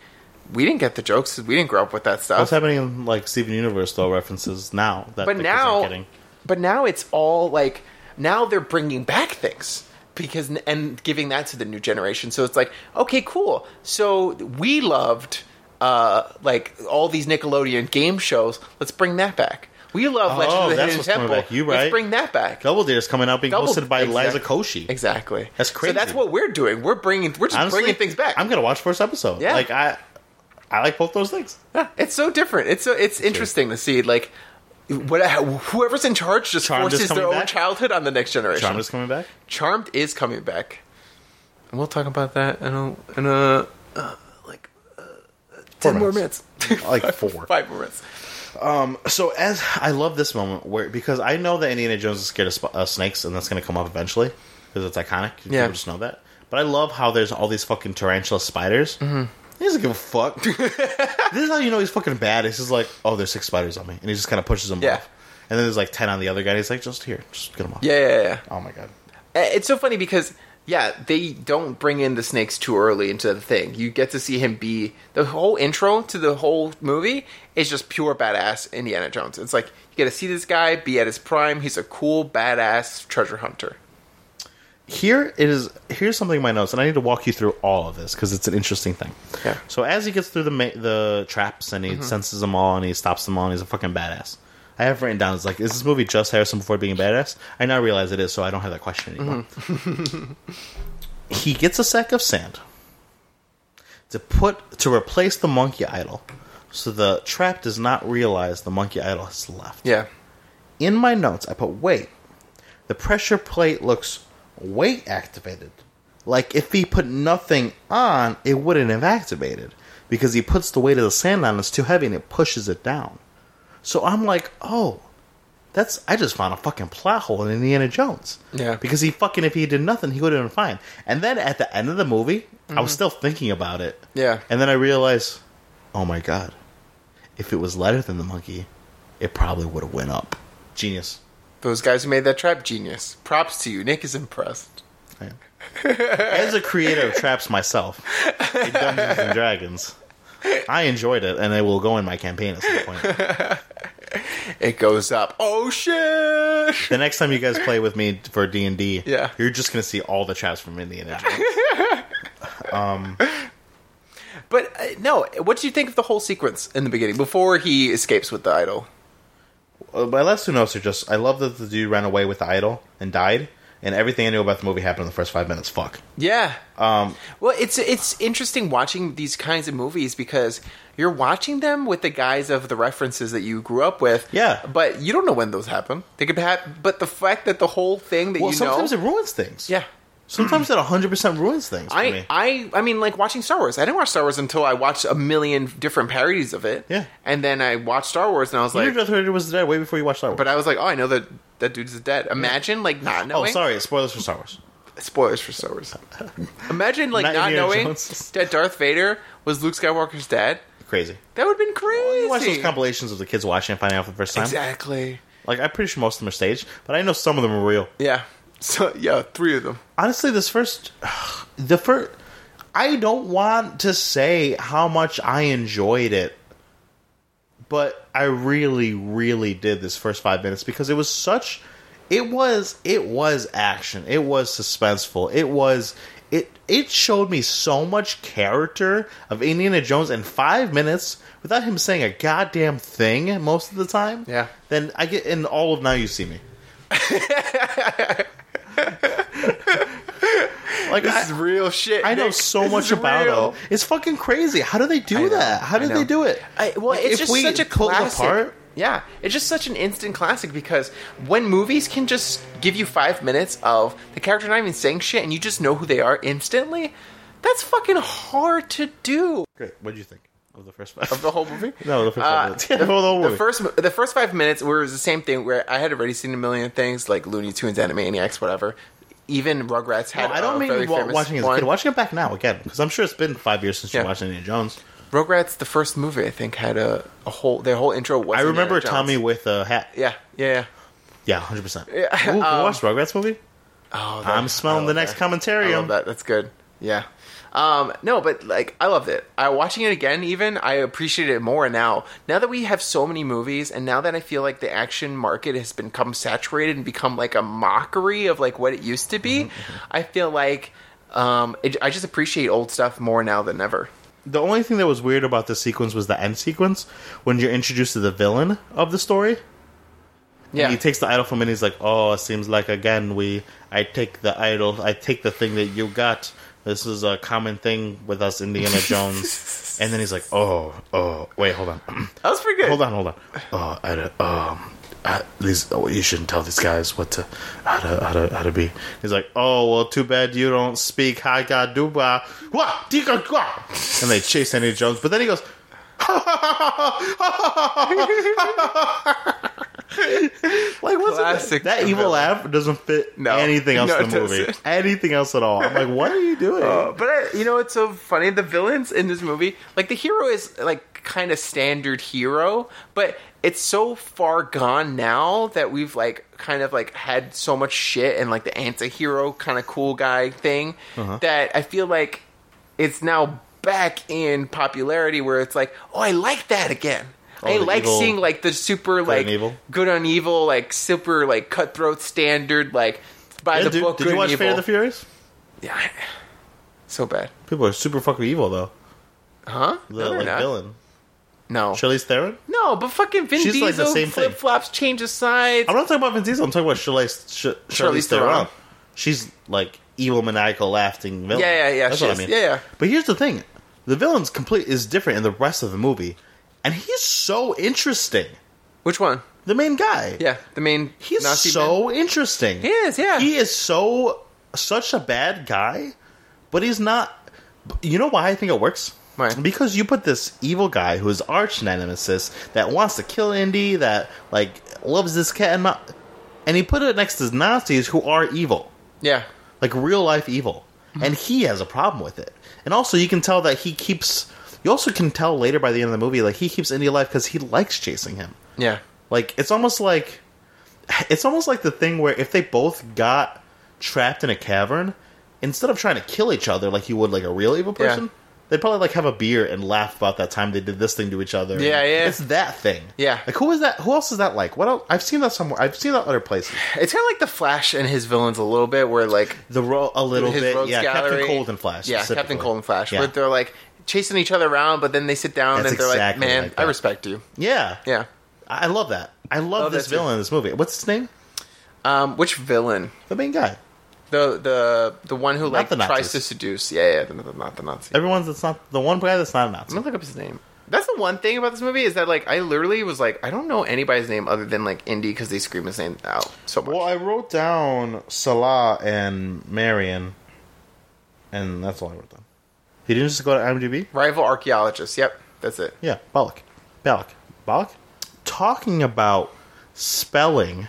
A: We didn't get the jokes 'cause we didn't grow up with that stuff.
B: What's happening in like Steven Universe though references now that
A: but
B: the kids aren't
A: now,
B: getting.
A: but now it's all like now they're bringing back things because and giving that to the new generation. So it's like okay, cool. So we loved uh, like all these Nickelodeon game shows. Let's bring that back. We love Legend
B: Oh,
A: of the
B: that's
A: Hidden
B: what's coming
A: Temple.
B: back. You right.
A: Let's bring that back.
B: Double Dare is coming out being
A: Double-
B: hosted by Liza
A: exact-
B: Koshy.
A: Exactly.
B: That's crazy.
A: So that's what we're doing. We're bringing we're just
B: Honestly,
A: bringing things back.
B: I'm gonna watch first episode.
A: Yeah.
B: like I, I like both those things.
A: Yeah, it's so different. It's so it's interesting to see like what whoever's in charge just
B: Charmed is
A: forces their
B: coming
A: own
B: back?
A: childhood on the next generation.
B: Charmed is coming back.
A: Charmed is coming back, and we'll talk about that in a, in a uh, like uh,
B: Four
A: ten more
B: minutes.
A: minutes,
B: Like four.
A: five more minutes.
B: So as I love this moment where because I know that Indiana Jones is scared of sp- uh, snakes and that's gonna come up eventually because it's iconic.
A: Yeah.
B: People just know that. But I love how there's all these fucking tarantula spiders. Mm-hmm. He doesn't give a fuck. this is how you know he's fucking bad. He's just like, oh, there's six spiders on me, and he just kind of pushes them
A: Yeah.
B: off. And then there's like ten on the other guy. and he's like, just here, just get them off.
A: Yeah, yeah, yeah.
B: Oh my god.
A: Uh, It's so funny because yeah, they don't bring in the snakes too early into the thing. You get to see him be the whole intro to the whole movie is just pure badass Indiana Jones. It's like you get to see this guy be at his prime. He's a cool badass treasure hunter.
B: Here it is. Here's something in my notes, and I need to walk you through all of this because it's an interesting thing.
A: Yeah.
B: So as he gets through the ma- the traps and he senses them all and he stops them all, and he's a fucking badass. I have written down. It's like, is this movie just Harrison before being badass? I now realize it is, so I don't have that question anymore. he gets a sack of sand to put to replace the monkey idol, so the trap does not realize the monkey idol has left
A: Yeah,
B: in my notes, I put weight. The pressure plate looks weight activated. Like if he put nothing on, it wouldn't have activated because he puts the weight of the sand on. It's too heavy and it pushes it down. So I'm like, oh, that's I just found a fucking plot hole in Indiana Jones.
A: Yeah.
B: because he fucking if he did nothing, he would have been fine. And then at the end of the movie, I was still thinking about it.
A: Yeah.
B: and then I realized, oh my god, if it was lighter than the monkey, it probably would have went up. Genius.
A: Those guys who made that trap, genius. Props to you. Nick is impressed.
B: I am. As a creator of traps myself, in Dungeons and Dragons, I enjoyed it, and it will go in my campaign at some point.
A: It goes up. Oh shit!
B: The next time you guys play with me for D and D,
A: Yeah.
B: you're just gonna see all the traps from Indiana Jones.
A: But uh, no, what do you think of the whole sequence in the beginning before he escapes with the idol?
B: Uh, My last two notes are just: I love that the dude ran away with the idol and died, and everything I knew about the movie happened in the first five minutes. Fuck.
A: Yeah.
B: Um,
A: Well, it's it's interesting watching these kinds of movies because you're watching them with the guise of the references that you grew up with.
B: Yeah.
A: But you don't know when those happen. They could happen, but the fact that the whole thing that
B: well,
A: you know,
B: sometimes it ruins things.
A: yeah.
B: Sometimes it 100 percent ruins things. For
A: I,
B: me.
A: I I mean like watching Star Wars. I didn't watch Star Wars until I watched a million different parodies of it.
B: Yeah.
A: And then I watched Star Wars and I was
B: Your
A: like
B: Darth Vader was dead way before you watched Star Wars.
A: but I was like, "Oh, I know that that dude's dead." Imagine like not
B: oh,
A: knowing.
B: sorry, spoilers for Star Wars.
A: Spoilers for Star Wars. Imagine like
B: Not
A: not,
B: Indiana
A: knowing
B: Jones.
A: that Darth Vader was Luke Skywalker's dad.
B: Crazy.
A: That would have been crazy.
B: You watch those compilations of the kids watching and finding out for the first time.
A: exactly.
B: Like, I'm pretty sure most of them are staged, but I know some of them are real.
A: Yeah. So yeah, three of them.
B: Honestly, this first, the first, I don't want to say how much I enjoyed it, but I really, really did this first five minutes because it was such, it was, it was action, it was suspenseful, it was, it, it showed me so much character of Indiana Jones in five minutes without him saying a goddamn thing most of the time.
A: Yeah.
B: Then I get in all of Now You See Me. like
A: This
B: I,
A: is real shit.
B: I know
A: Nick.
B: so
A: This
B: much
A: is
B: about
A: real.
B: it. It's fucking crazy. How do they
A: I
B: do
A: know,
B: that? How
A: I
B: did
A: know.
B: they do it?
A: I, well,
B: Like,
A: it's
B: if
A: just
B: we
A: such a
B: pull it
A: classic.
B: apart-
A: Yeah, it's just such an instant classic because when movies can just give you five minutes of the character not even saying shit and you just know who they are instantly, that's fucking hard to do.
B: Great. What did you think of the first five?
A: Of the whole movie? Uh,
B: No, the first five minutes. The whole
A: the
B: movie.
A: first, the first five minutes were the same thing where I had already seen a million things like Looney Tunes, Animaniacs, whatever. Even Rugrats
B: No,
A: had.
B: I don't
A: a
B: mean
A: very
B: wa-
A: famous
B: watching it as a
A: one.
B: kid. Watching it back now again because I'm sure it's been five years since you
A: Yeah.
B: watched Indiana Jones.
A: Rugrats, the first movie, I think, had a, a whole their whole intro was.
B: I
A: Indiana
B: remember
A: Jones.
B: Tommy with a hat.
A: Yeah, yeah, yeah.
B: Yeah, hundred percent. Ooh,
A: Yeah,
B: you
A: um,
B: watched Rugrats movie?
A: Oh, that-
B: I'm
A: I
B: smelling the
A: love
B: next
A: that. I love
B: commentarium.
A: that. That's good. Yeah. Um, no, but like I loved it. I watching it again. Even I appreciate it more now. Now that we have so many movies, and now that I feel like the action market has become saturated and become like a mockery of like what it used to be, I feel like um, it, I just appreciate old stuff more now than ever.
B: The only thing that was weird about this sequence was the end sequence when you're introduced to the villain of the story.
A: Yeah.
B: And he takes the idol from him and he's like, Oh, it seems like again we I take the idol I take the thing that you got. This is a common thing with us Indiana Jones. and then he's like, Oh, oh wait, hold on.
A: that was pretty good.
B: hold on, hold on. Oh, I don't- um I, these oh, you shouldn't tell these guys what to how to how to how to be. He's like, Oh well too bad you don't speak Haga Duba Wah Diga Gwa And they chase Indiana Jones, but then he goes Like what's
A: Classic
B: that, that evil
A: villain.
B: laugh doesn't fit
A: No.
B: anything else
A: No,
B: in
A: it
B: the movie.
A: doesn't.
B: Anything else at all. I'm like, what are you doing?
A: Uh, but I, you know, it's so funny. The villains in this movie, like the hero, is like kind of standard hero, but it's so far gone now that we've like kind of like had so much shit and like the anti-hero kind of cool guy thing
B: Uh-huh.
A: that I feel like it's now back in popularity where it's like, oh, I like that again. I
B: Oh, the
A: like
B: evil-
A: seeing like the super
B: and
A: like
B: evil?
A: good on evil like super like cutthroat standard like by
B: Yeah,
A: the
B: dude,
A: book
B: did
A: good
B: you watch
A: and
B: Fate
A: evil.
B: of the Furious?
A: yeah, so bad.
B: People are super fucking evil though.
A: Huh?
B: The
A: no, they're
B: like
A: not.
B: villain.
A: No.
B: Charlize Theron?
A: No, but fucking Vin
B: She's
A: Diesel
B: like the same thing.
A: flip flops, change of sides.
B: I'm not talking about Vin Diesel. I'm talking about Charlize, Sh- Charlize
A: Charlize
B: Theron.
A: Theron.
B: She's like evil, maniacal, laughing villain.
A: Yeah, yeah, yeah,
B: That's
A: she
B: what
A: is.
B: I mean.
A: Yeah, yeah.
B: But here's the thing: the villain's complete is different in the rest of the movie, and he's so interesting.
A: Which one?
B: The main guy.
A: Yeah, the main.
B: He's
A: Nazi man.
B: so interesting.
A: He is, yeah.
B: He is so such a bad guy But he's not. You know why I think it works?
A: Why?
B: Because you put this evil guy who is arch nemesis that wants to kill Indy, that like loves this cat and mouse, and he put it next to Nazis who are evil,
A: Yeah.
B: like real life evil, and he has a problem with it. And also, you can tell that he keeps. You also can tell later by the end of the movie, like he keeps Indy alive because he likes chasing him.
A: Yeah.
B: Like it's almost like it's almost like the thing where if they both got trapped in a cavern, instead of trying to kill each other like you would like a real evil
A: Yeah.
B: person, they'd probably like have a beer and laugh about that time they did this thing to each other.
A: Yeah,
B: And
A: yeah.
B: It's that thing.
A: Yeah.
B: Like who is that? Who else is that like? What else? I've seen that somewhere. I've seen that other places.
A: It's kind of like the Flash and his villains a little bit, where like
B: The ro- a little
A: his
B: bit.
A: rogues
B: Yeah, Captain
A: gallery-
B: Cold and Flash.
A: Yeah, Captain
B: specifically.
A: Cold and Flash.
B: Yeah.
A: But they're like chasing each other around, but then they sit down
B: That's
A: and they're
B: exactly
A: like, "Man,
B: like that.
A: I respect you."
B: yeah.
A: Yeah.
B: I I love that. I love
A: Love
B: this
A: that too.
B: villain in this movie. What's his name?
A: Um, which villain?
B: The main guy.
A: The the the one who like
B: the Nazis.
A: tries to seduce. Yeah, yeah, the, the, not the Nazi. I'm
B: Everyone's that's not the one guy that's not a Nazi.
A: gonna look up his name. That's the one thing about this movie is that like I literally was like I don't know anybody's name other than like Indy because they scream his name out so much.
B: Well, I wrote down Salah and Marion, and that's all I wrote down. He didn't just go to IMDb.
A: Rival archaeologist. Yep, that's it.
B: Yeah, Balak, Balak, Balak. Talking about spelling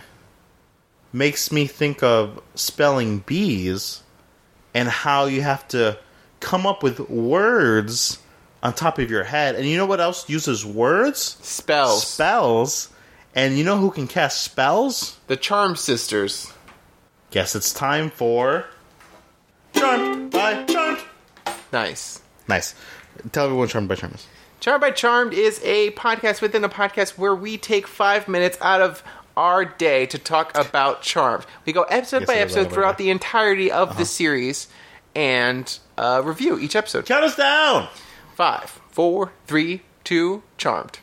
B: makes me think of spelling bees and how you have to come up with words on top of your head. And you know what else uses words?
A: Spells.
B: Spells. And you know who can cast spells?
A: the Charm Sisters.
B: Guess it's time for Charmed by Charmed.
A: Nice.
B: Nice. Tell everyone Charmed by Charmed is.
A: Charmed by Charmed is a podcast within a podcast where we take five minutes out of our day to talk about Charmed. We go episode
B: Yes,
A: by
B: I Uh-huh. love
A: episode
B: it.
A: throughout the entirety of the series and uh, review each episode.
B: Count us down.
A: Five, four, three, two, Charmed.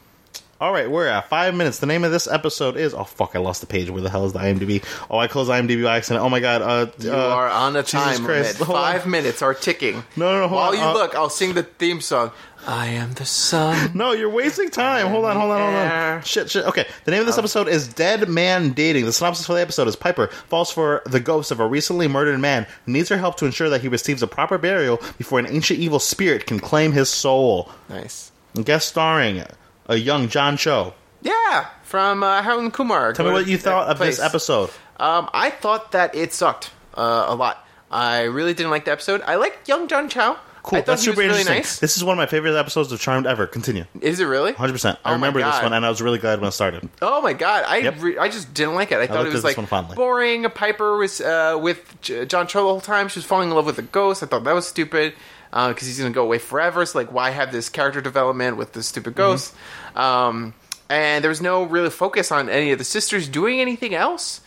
B: All right, we're at five minutes. The name of this episode is oh fuck, I lost the page. Where the hell is the IMDb? Oh, I closed IMDb by accident. Oh my god. Uh,
A: You are on a time limit.
B: Hold on.
A: Five minutes are ticking.
B: No, no, no, hold
A: While
B: on.
A: you
B: Uh,
A: look, I'll sing the theme song. I am the sun.
B: No, you're wasting time. Hold on, hold on, hold on.
A: Yeah. Oh.
B: Shit, shit. Okay, the name of this episode is Dead Man Dating. The synopsis for the episode is Piper falls for the ghost of a recently murdered man who needs her help to ensure that he receives a proper burial before an ancient evil spirit can claim his soul.
A: nice.
B: Guest starring a young John Cho.
A: Yeah, from uh, Harold and Kumar.
B: Tell me what you thought of this
A: Place.
B: episode.
A: Um, I thought that it sucked uh, a lot. I really didn't like the episode. I like Young John Chow.
B: Cool,
A: I thought
B: that's
A: he
B: super
A: was really
B: interesting.
A: nice.
B: This is one of my favorite episodes of Charmed ever. Continue.
A: Is it really?
B: 100%. I
A: Oh my
B: remember this
A: God.
B: one, and I was really glad when it started.
A: Oh my god, I
B: Yep.
A: re- I just didn't like it. I thought it
B: looked at this
A: was like
B: one fondly.
A: boring. Piper was uh, with J- John Cho the whole time. She was falling in love with a ghost. I thought that was stupid because he's gonna go away forever. So like, why have this character development with this stupid
B: Mm-hmm.
A: ghost? Um, and there was no really focus on any of the sisters doing anything else,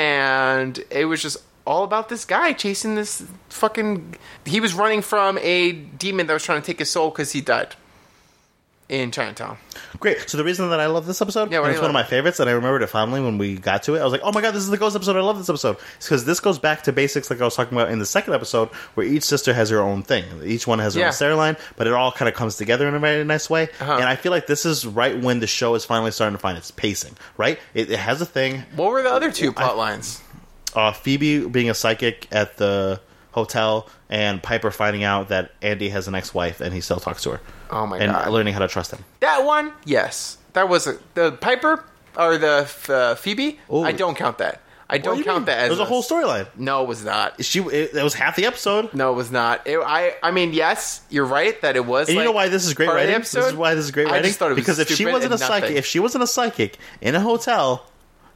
A: and it was just all about this guy chasing this fucking. He was running from a demon that was trying to take his soul because he died in Chinatown.
B: Great. So the reason that I love this episode,
A: Yeah,
B: and
A: what do
B: it's
A: you
B: one of my
A: love?
B: favorites, and I remembered it fondly when we got to it. I was like, "Oh my god, this is the Ghost episode! I love this episode." It's because this goes back to basics, like I was talking about in the second episode, where each sister has her own thing, each one has her
A: Yeah. Uh-huh.
B: own storyline, but it all kind of comes together in a very nice way. And I feel like this is right when the show is finally starting to find its pacing. Right? It, it has a thing.
A: What were the other two plot lines?
B: Uh, Phoebe being a psychic at the hotel, and Piper finding out that Andy has an ex-wife, and he still talks to her.
A: Oh my
B: and
A: God.
B: learning how to trust him.
A: That one, yes, that was a, the Piper or the uh, Phoebe.
B: Ooh.
A: I don't count that. I
B: What do
A: don't
B: you
A: count
B: mean?
A: that as
B: There's a whole storyline.
A: No, it was not.
B: She it, that was half the episode.
A: No, it was not. It, I, I mean, yes, you're right that it was.
B: And you know
A: like,
B: why this is great
A: part of the
B: writing?
A: episode.
B: This is why this is great
A: I
B: writing.
A: just thought it was
B: because if she
A: stupid
B: wasn't a
A: and
B: psychic,
A: nothing.
B: if she wasn't a psychic in a hotel,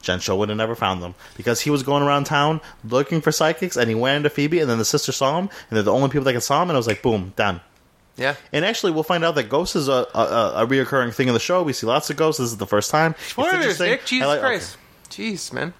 B: Jen Cho would have never found them because he was going around town looking for psychics, and he went into Phoebe, and then the sister saw him, and they're the only people that can saw him, and I was like, boom, done.
A: yeah,
B: And actually, we'll find out that ghosts is a, a, a a reoccurring thing in the show. We see lots of ghosts. This is the first time. It's
A: spoilers,
B: interesting.
A: Nick. Jesus
B: I like- okay.
A: Christ, jeez, man.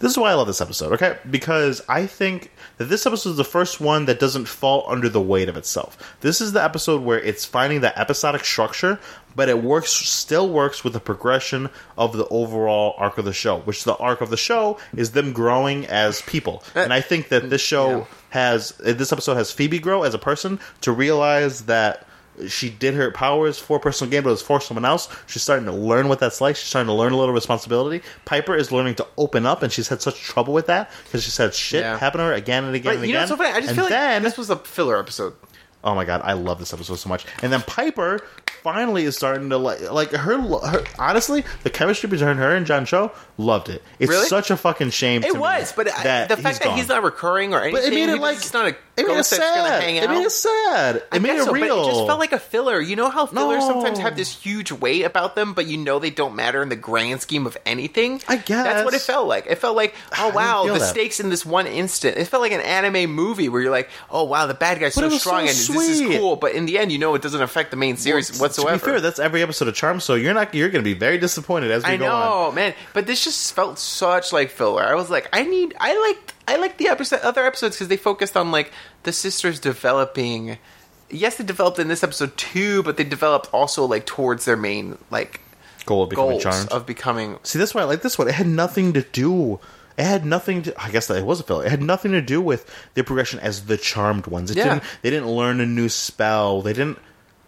B: This is why I love this episode, okay? Because I think that this episode is the first one that doesn't fall under the weight of itself. This is the episode where it's finding that episodic structure, but it works still works with the progression of the overall arc of the show, which the arc of the show is them growing as people.
A: Uh,
B: and I think that Oh, uh, this show
A: yeah.
B: has this episode has Phoebe grow as a person to realize that She did her powers for personal gain, but it was for someone else. She's starting to learn what that's like. She's starting to learn a little responsibility. Piper is learning to open up, and she's had such trouble with that because she's had shit
A: Yeah.
B: happen to her again and again
A: But
B: and
A: you
B: again.
A: know what's so funny? I just
B: and
A: feel like
B: then,
A: this was a filler episode.
B: Oh my god, I love this episode so much. And then Piper finally is starting to like like her. her honestly, the chemistry between her and John Cho loved it. It's
A: Really?
B: such a fucking shame.
A: It
B: to
A: was,
B: me
A: but I, the fact that
B: gone.
A: he's not recurring or anything,
B: But it made it
A: he's
B: like
A: just not a
B: it made it
A: ghost that's gonna
B: sad.
A: hang
B: It
A: out.
B: made it sad. It made
A: guess
B: it
A: so,
B: real.
A: But it just felt like a filler. You know how fillers
B: No.
A: sometimes have this huge weight about them, but you know they don't matter in the grand scheme of anything.
B: I
A: that's what it
B: guess.
A: felt like. It felt like, oh
B: didn't
A: wow,
B: feel
A: the
B: that.
A: stakes in this one instant. It felt like an anime movie where you're like, oh wow, the bad guy's
B: But
A: so
B: it was
A: strong and
B: so
A: this is
B: sweet.
A: cool. But in the end, you know it doesn't affect the main series whatsoever.
B: To be fair, that's every episode of Charm, so you're not you're going to be very disappointed as we
A: I
B: go on.
A: know, man. But this just felt such like filler. I was like, I need, I liked, I liked the episode, other episodes because they focused on like the sisters developing. Yes, they developed in this episode too, but they developed also like towards their main like
B: Goal of becoming
A: goals
B: charmed.
A: of becoming.
B: See, that's why I like this one. It had nothing to do. It had nothing to. I guess that it was a filler. It had nothing to do with their progression as the charmed ones. It
A: Yeah.
B: didn't. They didn't learn a new spell. They didn't.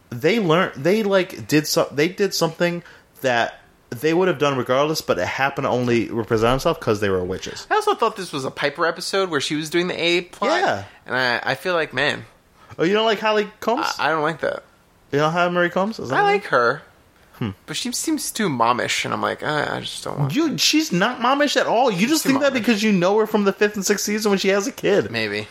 B: They learned. They like did some. They did something that they would have done regardless, but it happened to only represent themselves because they were witches.
A: I also thought this was a Piper episode where she was doing the A plot.
B: Yeah.
A: and I, I feel like man,
B: Oh, you don't like Holly Combs?
A: I, I don't like that.
B: you don't have Mary Combs? Is that
A: I
B: her name?
A: like her, but she seems too momish, and I'm like, "Uh, I, I just don't want.
B: Hmm. You, she's not momish at all. You just
A: too
B: think that
A: momish.
B: because you know her from the fifth and sixth season when she has a kid.
A: Maybe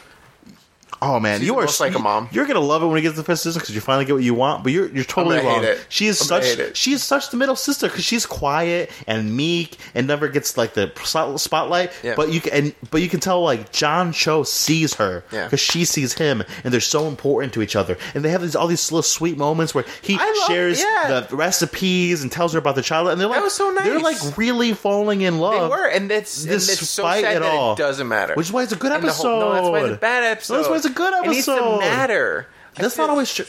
B: Oh man,
A: She's
B: you
A: the
B: are
A: most like a
B: you-
A: mom.
B: You're gonna love it when it gets to the fifth season because you finally get what you want. But you're you're totally
A: I'm gonna
B: wrong.
A: hate it.
B: She is
A: I'm gonna hate
B: such
A: it.
B: she is such the middle sister because she's quiet and meek and never gets like the spot- spotlight.
A: Yeah.
B: But you can and, but you can tell like John Cho sees her
A: Yeah.
B: because she sees him and they're so important to each other and they have these all these little sweet moments where he
A: I love-
B: shares
A: yeah.
B: the recipes and tells her about the child and they're like
A: was so nice.
B: they're like really falling in
A: they
B: love.
A: were, and that's and
B: Despite
A: it's so sad
B: it
A: that
B: all,
A: it doesn't matter.
B: Which is why it's a good
A: And the
B: episode.
A: whole- no, that's why it's a bad episode.
B: No, that's why it's a good
A: It needs to
B: episode.
A: matter. I
B: That's
A: feel-
B: not always true.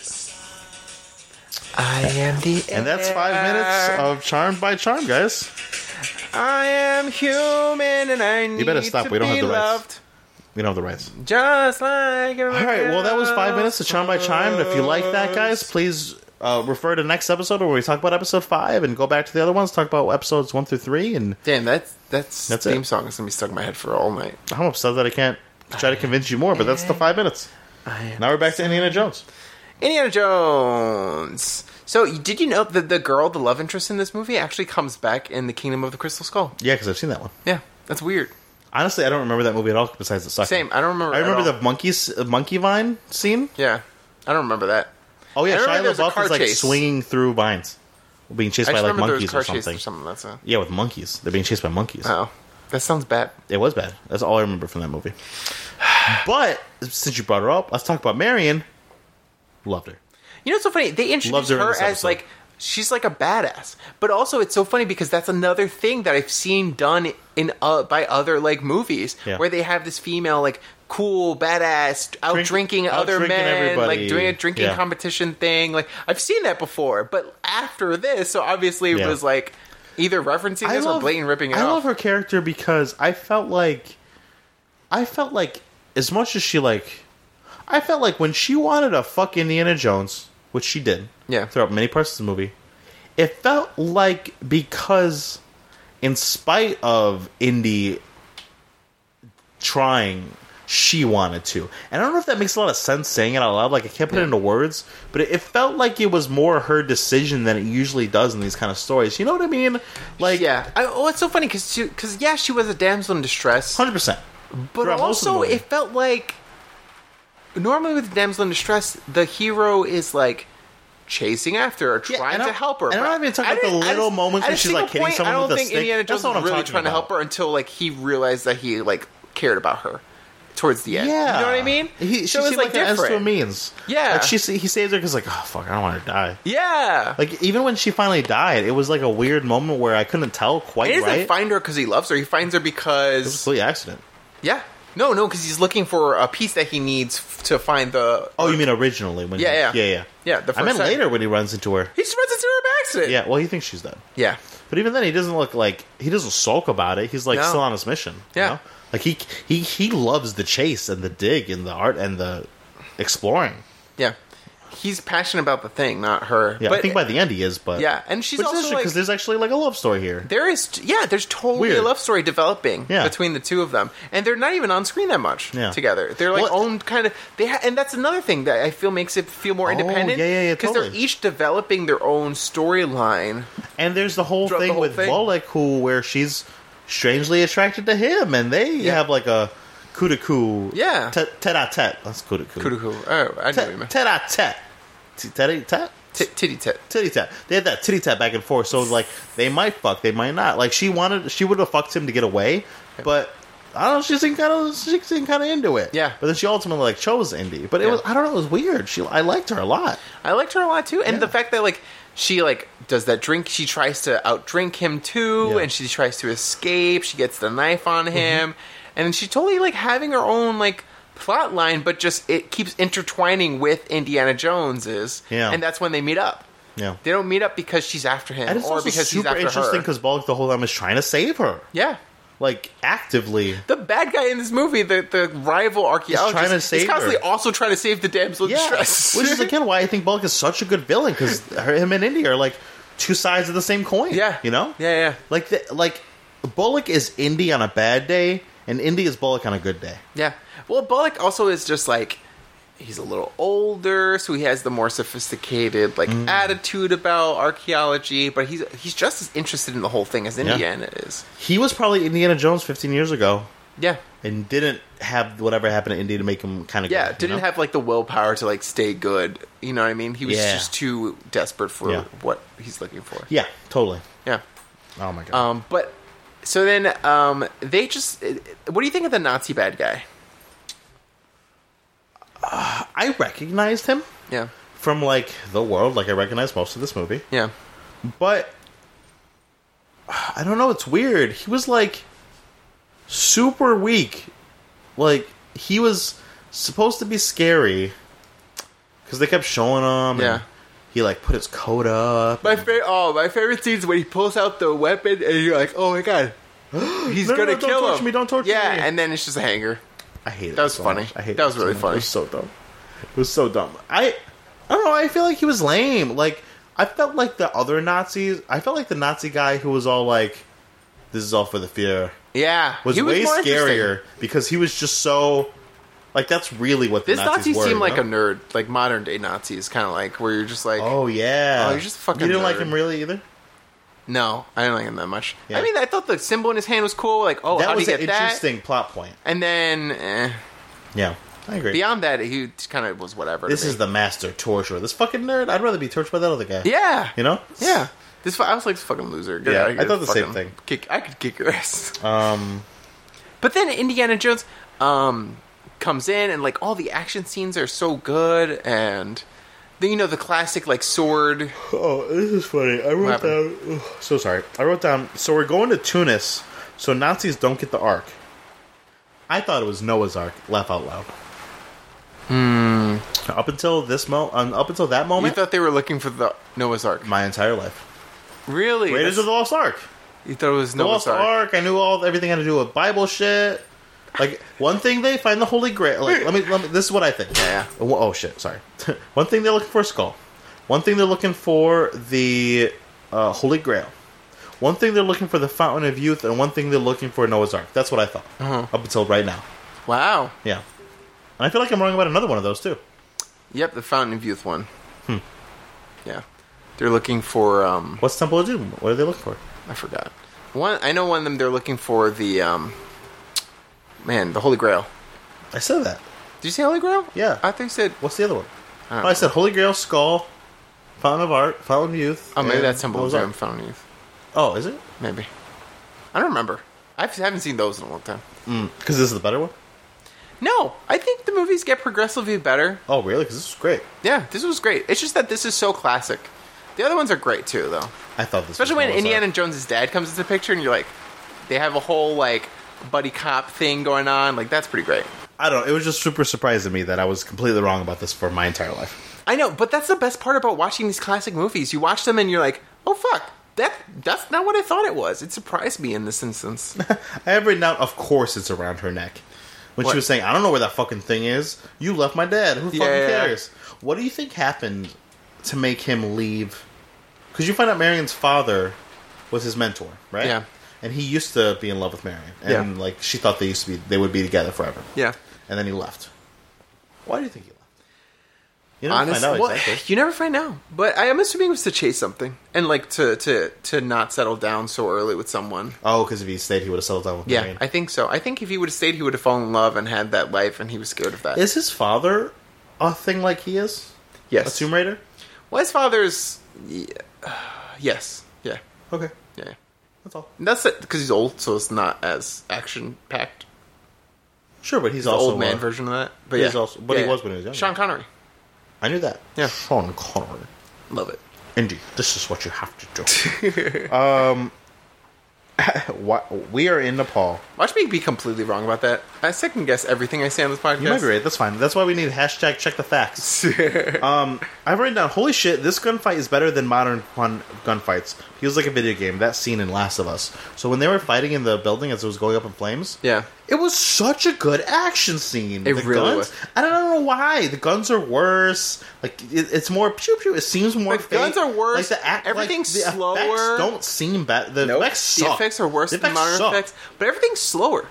A: I am the.
B: And that's five
A: air.
B: minutes of Charmed by Charm, guys.
A: I am human, and I need.
B: better stop.
A: To
B: We don't
A: be
B: have the rights.
A: loved,
B: We don't have the rights.
A: Just like. All
B: All right, well, that was five minutes of Charmed by Charmed. If you like that, guys, please uh, refer to next episode where we talk about episode five and go back to the other ones, talk about episodes one through three. And
A: Damn, that's that's,
B: That's
A: theme
B: it.
A: song is gonna be stuck in my head for all night.
B: I'm upset that I can't try to convince you more, but that's the five minutes.
A: I am.
B: Now we're back to Indiana Jones.
A: Indiana Jones. So, did you know that the girl, the love interest in this movie, actually comes back in the Kingdom of the Crystal Skull?
B: Yeah, because I've seen that one.
A: Yeah, that's weird.
B: Honestly, I don't remember that movie at all. Besides the sucking.
A: Same, I don't remember
B: I
A: at
B: remember
A: all.
B: the monkeys, uh, monkey vine scene.
A: Yeah, I don't remember that.
B: Oh yeah,
A: I remember
B: Shia
A: there was a
B: LaBeouf
A: car
B: is like
A: chase.
B: swinging through vines, being chased
A: I
B: by
A: just
B: like
A: remember there
B: monkeys
A: was a car
B: or
A: chase
B: something.
A: or something. That's a,
B: Yeah, with monkeys. They're being chased by monkeys.
A: oh, that sounds bad.
B: It was bad. That's all I remember from that movie. But since you brought her up, let's talk about Marion. Loved her.
A: You know, it's so funny. They introduced
B: Loves her
A: her,
B: in this
A: as
B: episode.
A: like she's like a badass, but also it's so funny because that's another thing that I've seen done in uh, by other like movies
B: Yeah.
A: where they have this female like cool badass out drinking other
B: out-drinking
A: men,
B: everybody.
A: like doing a drinking
B: Yeah.
A: competition thing. Like I've seen that before, but after this, so obviously it
B: Yeah.
A: was like either referencing this or blatant ripping it
B: I
A: off.
B: love her character because I felt like, I felt like as much as she like, I felt like when she wanted to fuck Indiana Jones, which she did,
A: Yeah.
B: throughout many parts of the movie, it felt like because, in spite of Indy trying. She wanted to, and I don't know if that makes a lot of sense saying it out loud. Like I can't put it into words, but it, it felt like it was more her decision than it usually does in these kind of stories. You know what I mean? Like,
A: yeah. I, oh, it's so funny because because yeah, she was a damsel in distress.
B: Hundred percent.
A: But
B: throughout most of the
A: also,
B: movie.
A: it felt like normally with damsel in distress, the hero is like chasing after her,
B: Yeah,
A: trying
B: and
A: to
B: I-
A: help her.
B: and I'm
A: but
B: not even talking
A: at
B: about the
A: a-
B: little
A: at a-
B: moments
A: at
B: when
A: a
B: she's, like,
A: single
B: hitting
A: point,
B: someone
A: I don't
B: with a
A: think
B: stick.
A: Indiana
B: That's
A: Jones
B: not what
A: was
B: I'm
A: really
B: talking
A: trying to help
B: about.
A: her until like he realized that he like cared about her towards the end.
B: Yeah,
A: you know what I mean?
B: He, she
A: so it was
B: seemed
A: like
B: like, an ends to a
A: different.
B: means.
A: Yeah.
B: like she sa- he saves her because like oh fuck, I don't want her to die.
A: Yeah.
B: Like even when she finally died, it was like a weird moment where I couldn't tell quite
A: he doesn't
B: right.
A: find her because he loves her. He finds her
B: it was a
A: because
B: complete accident.
A: yeah, no, no, because he's looking for a piece that he needs f- to find the.
B: Oh, you mean originally when?
A: Yeah, yeah.
B: yeah, yeah.
A: Yeah, the
B: I meant
A: first time.
B: later when he runs into her.
A: he just runs into her by accident.
B: Yeah, well, he thinks she's dead,
A: yeah.
B: but even then, he doesn't look like he doesn't sulk about it. He's like
A: No.
B: still on his mission. you
A: Yeah.
B: know? like he he he loves the chase and the dig and the art and the exploring.
A: Yeah. he's passionate about the thing, not her.
B: Yeah, I think by the end he is, but
A: yeah, and she's
B: which is
A: also
B: interesting
A: like,
B: because there's actually like a love story here.
A: there is yeah, there's totally a
B: Weird.
A: love story developing
B: Yeah.
A: between the two of them, and they're not even on screen that much
B: Yeah.
A: together. They're like
B: Well-
A: own kind of they, ha- and that's another thing that I feel makes it feel more
B: Oh,
A: independent.
B: yeah, yeah, yeah,
A: they're
B: totally.
A: each developing their own storyline.
B: And there's the whole
A: Throughout the
B: thing
A: whole
B: with
A: thing.
B: Bolek, who where she's strangely attracted to him, and they
A: Yeah.
B: have like a coup de coup.
A: Yeah.
B: tete a tete. That's coup de coup.
A: Kudu- Oh, I know what you meant.
B: Tete a tete. Tete tete.
A: T- Titty tit.
B: Titty tap. They had that titty tap back and forth. So like they might fuck, they might not. Like she wanted, she would have fucked him to get away, but I don't know. She seemed kind of, she seemed kind of into it.
A: Yeah.
B: But then she ultimately like chose Indy. But it
A: Yeah.
B: was, I don't know, it was weird. She, I liked her a lot.
A: I liked her a lot too, and
B: Yeah.
A: the fact that like she like does that drink, she tries to outdrink him too,
B: Yeah. Mm-hmm.
A: and she tries to escape. She gets the knife on him, and then she totally like having her own like plot line, but just it keeps intertwining with Indiana Jones's.
B: Yeah.
A: and that's when they meet up.
B: Yeah.
A: They don't meet up because she's after him,
B: And it's
A: or
B: also
A: because she's
B: super
A: after
B: interesting
A: her.
B: because Bullock the whole time is trying to save her,
A: yeah.
B: like actively.
A: The bad guy in this movie, the, the rival archaeologist,
B: trying to
A: is
B: save
A: constantly
B: her.
A: also trying to save the damsel in
B: Yeah.
A: distress.
B: Which is again why I think Bullock is such a good villain because him and Indy are like two sides of the same coin.
A: yeah,
B: You know.
A: yeah, yeah,
B: Like the, like Bullock is Indy on a bad day, and Indy is Bullock on a good day.
A: Yeah. Well, Bullock also is just like he's a little older, so he has the more sophisticated like
B: Mm.
A: attitude about archaeology, but he's he's just as interested in the whole thing as Indiana is.
B: He was probably Indiana Jones 15 years ago
A: Yeah.
B: and didn't have whatever happened to Indy to make him kind of
A: Yeah, didn't have like the willpower to like stay good. You know what I mean? He was
B: Yeah.
A: just too desperate for
B: Yeah.
A: what he's looking for.
B: Yeah, totally.
A: Yeah.
B: Oh my god.
A: Um but so then um they just what do you think of the Nazi bad guy?
B: I recognized him
A: Yeah.
B: from like the world, like I recognized most of this movie,
A: Yeah.
B: but I don't know. It's weird. He was like super weak. Like he was supposed to be scary because they kept showing him.
A: Yeah.
B: And he like put his coat up.
A: My favorite, oh, my favorite scenes when he pulls out the weapon and you're like, oh my god, he's
B: No,
A: gonna
B: no, no, don't
A: kill
B: torture
A: him.
B: me, don't torture
A: yeah,
B: me.
A: and then it's just a hanger.
B: I hate it.
A: That was
B: so
A: funny.
B: much. I hate
A: That was
B: it
A: really
B: so much.
A: funny.
B: It was so dumb. It was so dumb. I I don't know. I feel like he was lame. Like I felt like the other Nazis. I felt like the Nazi guy who was all like, "This is all for the fear,"
A: Yeah,
B: was
A: he
B: way
A: more interesting.
B: scarier because he was just so. Like that's really what the
A: This
B: Nazis
A: Nazi
B: were,
A: seemed
B: you
A: like
B: know?
A: a nerd, like modern day Nazis, kind of like where you're just like,
B: Oh yeah.
A: Oh, you're just a fucking
B: You didn't like
A: nerd.
B: him really either.
A: no, I don't like him that much. I
B: Yeah.
A: mean, I thought the symbol in his hand was cool. Like, oh, how
B: that
A: do you
B: was an
A: get that?
B: interesting plot point.
A: And then eh,
B: Yeah, I agree.
A: beyond that, he kind of was whatever. to
B: this
A: me.
B: is the master torturer. This fucking nerd. I'd rather be tortured by that other guy.
A: yeah,
B: You know.
A: yeah. This fu- I was like, this fucking loser. Get
B: Yeah,
A: out of here.
B: I thought the same
A: Fucking
B: thing.
A: Kick, I could kick your ass.
B: Um.
A: But then Indiana Jones um, comes in, and like all the action scenes are so good, and the, you know the classic like sword.
B: Oh, this is funny. I wrote down.
A: happened?
B: ugh, so sorry. I wrote down. So we're going to Tunis, so Nazis don't get the Ark. I thought it was Noah's Ark. Laugh out loud. Hmm.
A: Hmm.
B: Up until this mo, um, up until that
A: You
B: moment,
A: thought they were looking for the Noah's Ark.
B: my entire life.
A: Really?
B: Raiders of the Lost Ark.
A: you thought it was
B: The
A: Noah's
B: Lost
A: Ark.
B: Ark. I knew all everything had to do with Bible shit. Like one thing they find the Holy Grail. Like let me, let me. This is what I think.
A: Yeah.
B: Oh, oh, shit. Sorry. one thing they're looking for is skull. One thing they're looking for the uh, Holy Grail. One thing they're looking for the Fountain of Youth, and one thing they're looking for Noah's Ark. That's what I thought up until right now.
A: Wow.
B: Yeah. And I feel like I'm wrong about another one of those too.
A: Yep, the Fountain of Youth one.
B: Hmm.
A: Yeah, they're looking for. um
B: What's Temple of Doom? What are they looking for?
A: I forgot. One, I know one of them. They're looking for the. um Man, the Holy Grail.
B: I said that.
A: Did you say Holy Grail?
B: Yeah.
A: I think you said.
B: What's the other one?
A: I don't
B: Oh, I said Holy Grail, Skull, Fountain of Art, Fountain of Youth.
A: Oh, maybe
B: and
A: that's Temple of
B: Noah's Ark.
A: Doom, Fountain of Youth.
B: Oh, is it?
A: Maybe. I don't remember. I haven't seen those in a long time.
B: Because this is the better one?
A: No, I think the movies get progressively better.
B: Oh, really? Because this is great.
A: Yeah, this was great. It's just that this is so classic. The other ones are great too, though.
B: I thought this
A: Especially
B: was
A: when
B: Noah's
A: Indiana
B: Ark.
A: Jones's dad comes into the picture, and you're like, they have a whole like buddy cop thing going on. Like that's pretty great.
B: I don't know. It was just super surprising to me that I was completely wrong about this for my entire life.
A: I know, but that's the best part about watching these classic movies. You watch them, and you're like, oh fuck, that that's not what I thought it was. It surprised me in this instance.
B: I have written down, of course, it's around her neck. when
A: What?
B: she was saying, "I don't know where that fucking thing is. You left my dad. Who fucking
A: Yeah, yeah, yeah.
B: cares?" What do you think happened to make him leave? Because you find out Marion's father was his mentor, right?
A: Yeah.
B: And he used to be in love with Marion, and
A: Yeah.
B: like she thought they used to be, they would be together forever.
A: Yeah.
B: And then he left. Why do you think he left? You don't
A: Honestly,
B: find out
A: well,
B: exactly.
A: you never find out. But I am assuming it was to chase something and like to to to not settle down so early with someone.
B: Oh, because if he stayed, he would have settled down with
A: Yeah,
B: Marion.
A: I think so. I think if he would have stayed, he would have fallen in love and had that life, and he was scared of that.
B: Is his father a thing like he is?
A: yes,
B: A Tomb Raider?
A: well, his father's yeah, yes, yeah,
B: Okay.
A: yeah. yeah.
B: That's all.
A: And that's it because he's old, so it's not as action packed.
B: Sure, but he's
A: The
B: also
A: old man
B: uh,
A: version of that, but
B: he's
A: yeah,
B: also- but he was when he was younger.
A: Sean Connery,
B: I knew that.
A: Yeah.
B: Sean Connery.
A: love it.
B: Indy, this is what you have to do. um, why- we are in Nepal.
A: Watch me be completely wrong about that. I second guess everything I say on this podcast.
B: You might be right. That's fine. That's why we need hashtag check the facts. Um, I've written down. Holy shit! This gunfight is better than modern fun gunfights. Feels like a video game. That scene in Last of Us. So when they were fighting in the building as it was going up in flames,
A: yeah,
B: It was such a good action scene.
A: It really
B: guns,
A: was.
B: I don't know why the guns are worse. Like it, it's more pew pew. It seems more.
A: The guns
B: fake.
A: are worse.
B: Like the act,
A: Everything's
B: like, the
A: slower.
B: Effects don't seem bad. The
A: Nope.
B: effects
A: the
B: suck.
A: effects are worse
B: The
A: than modern
B: suck.
A: effects, but everything's slower.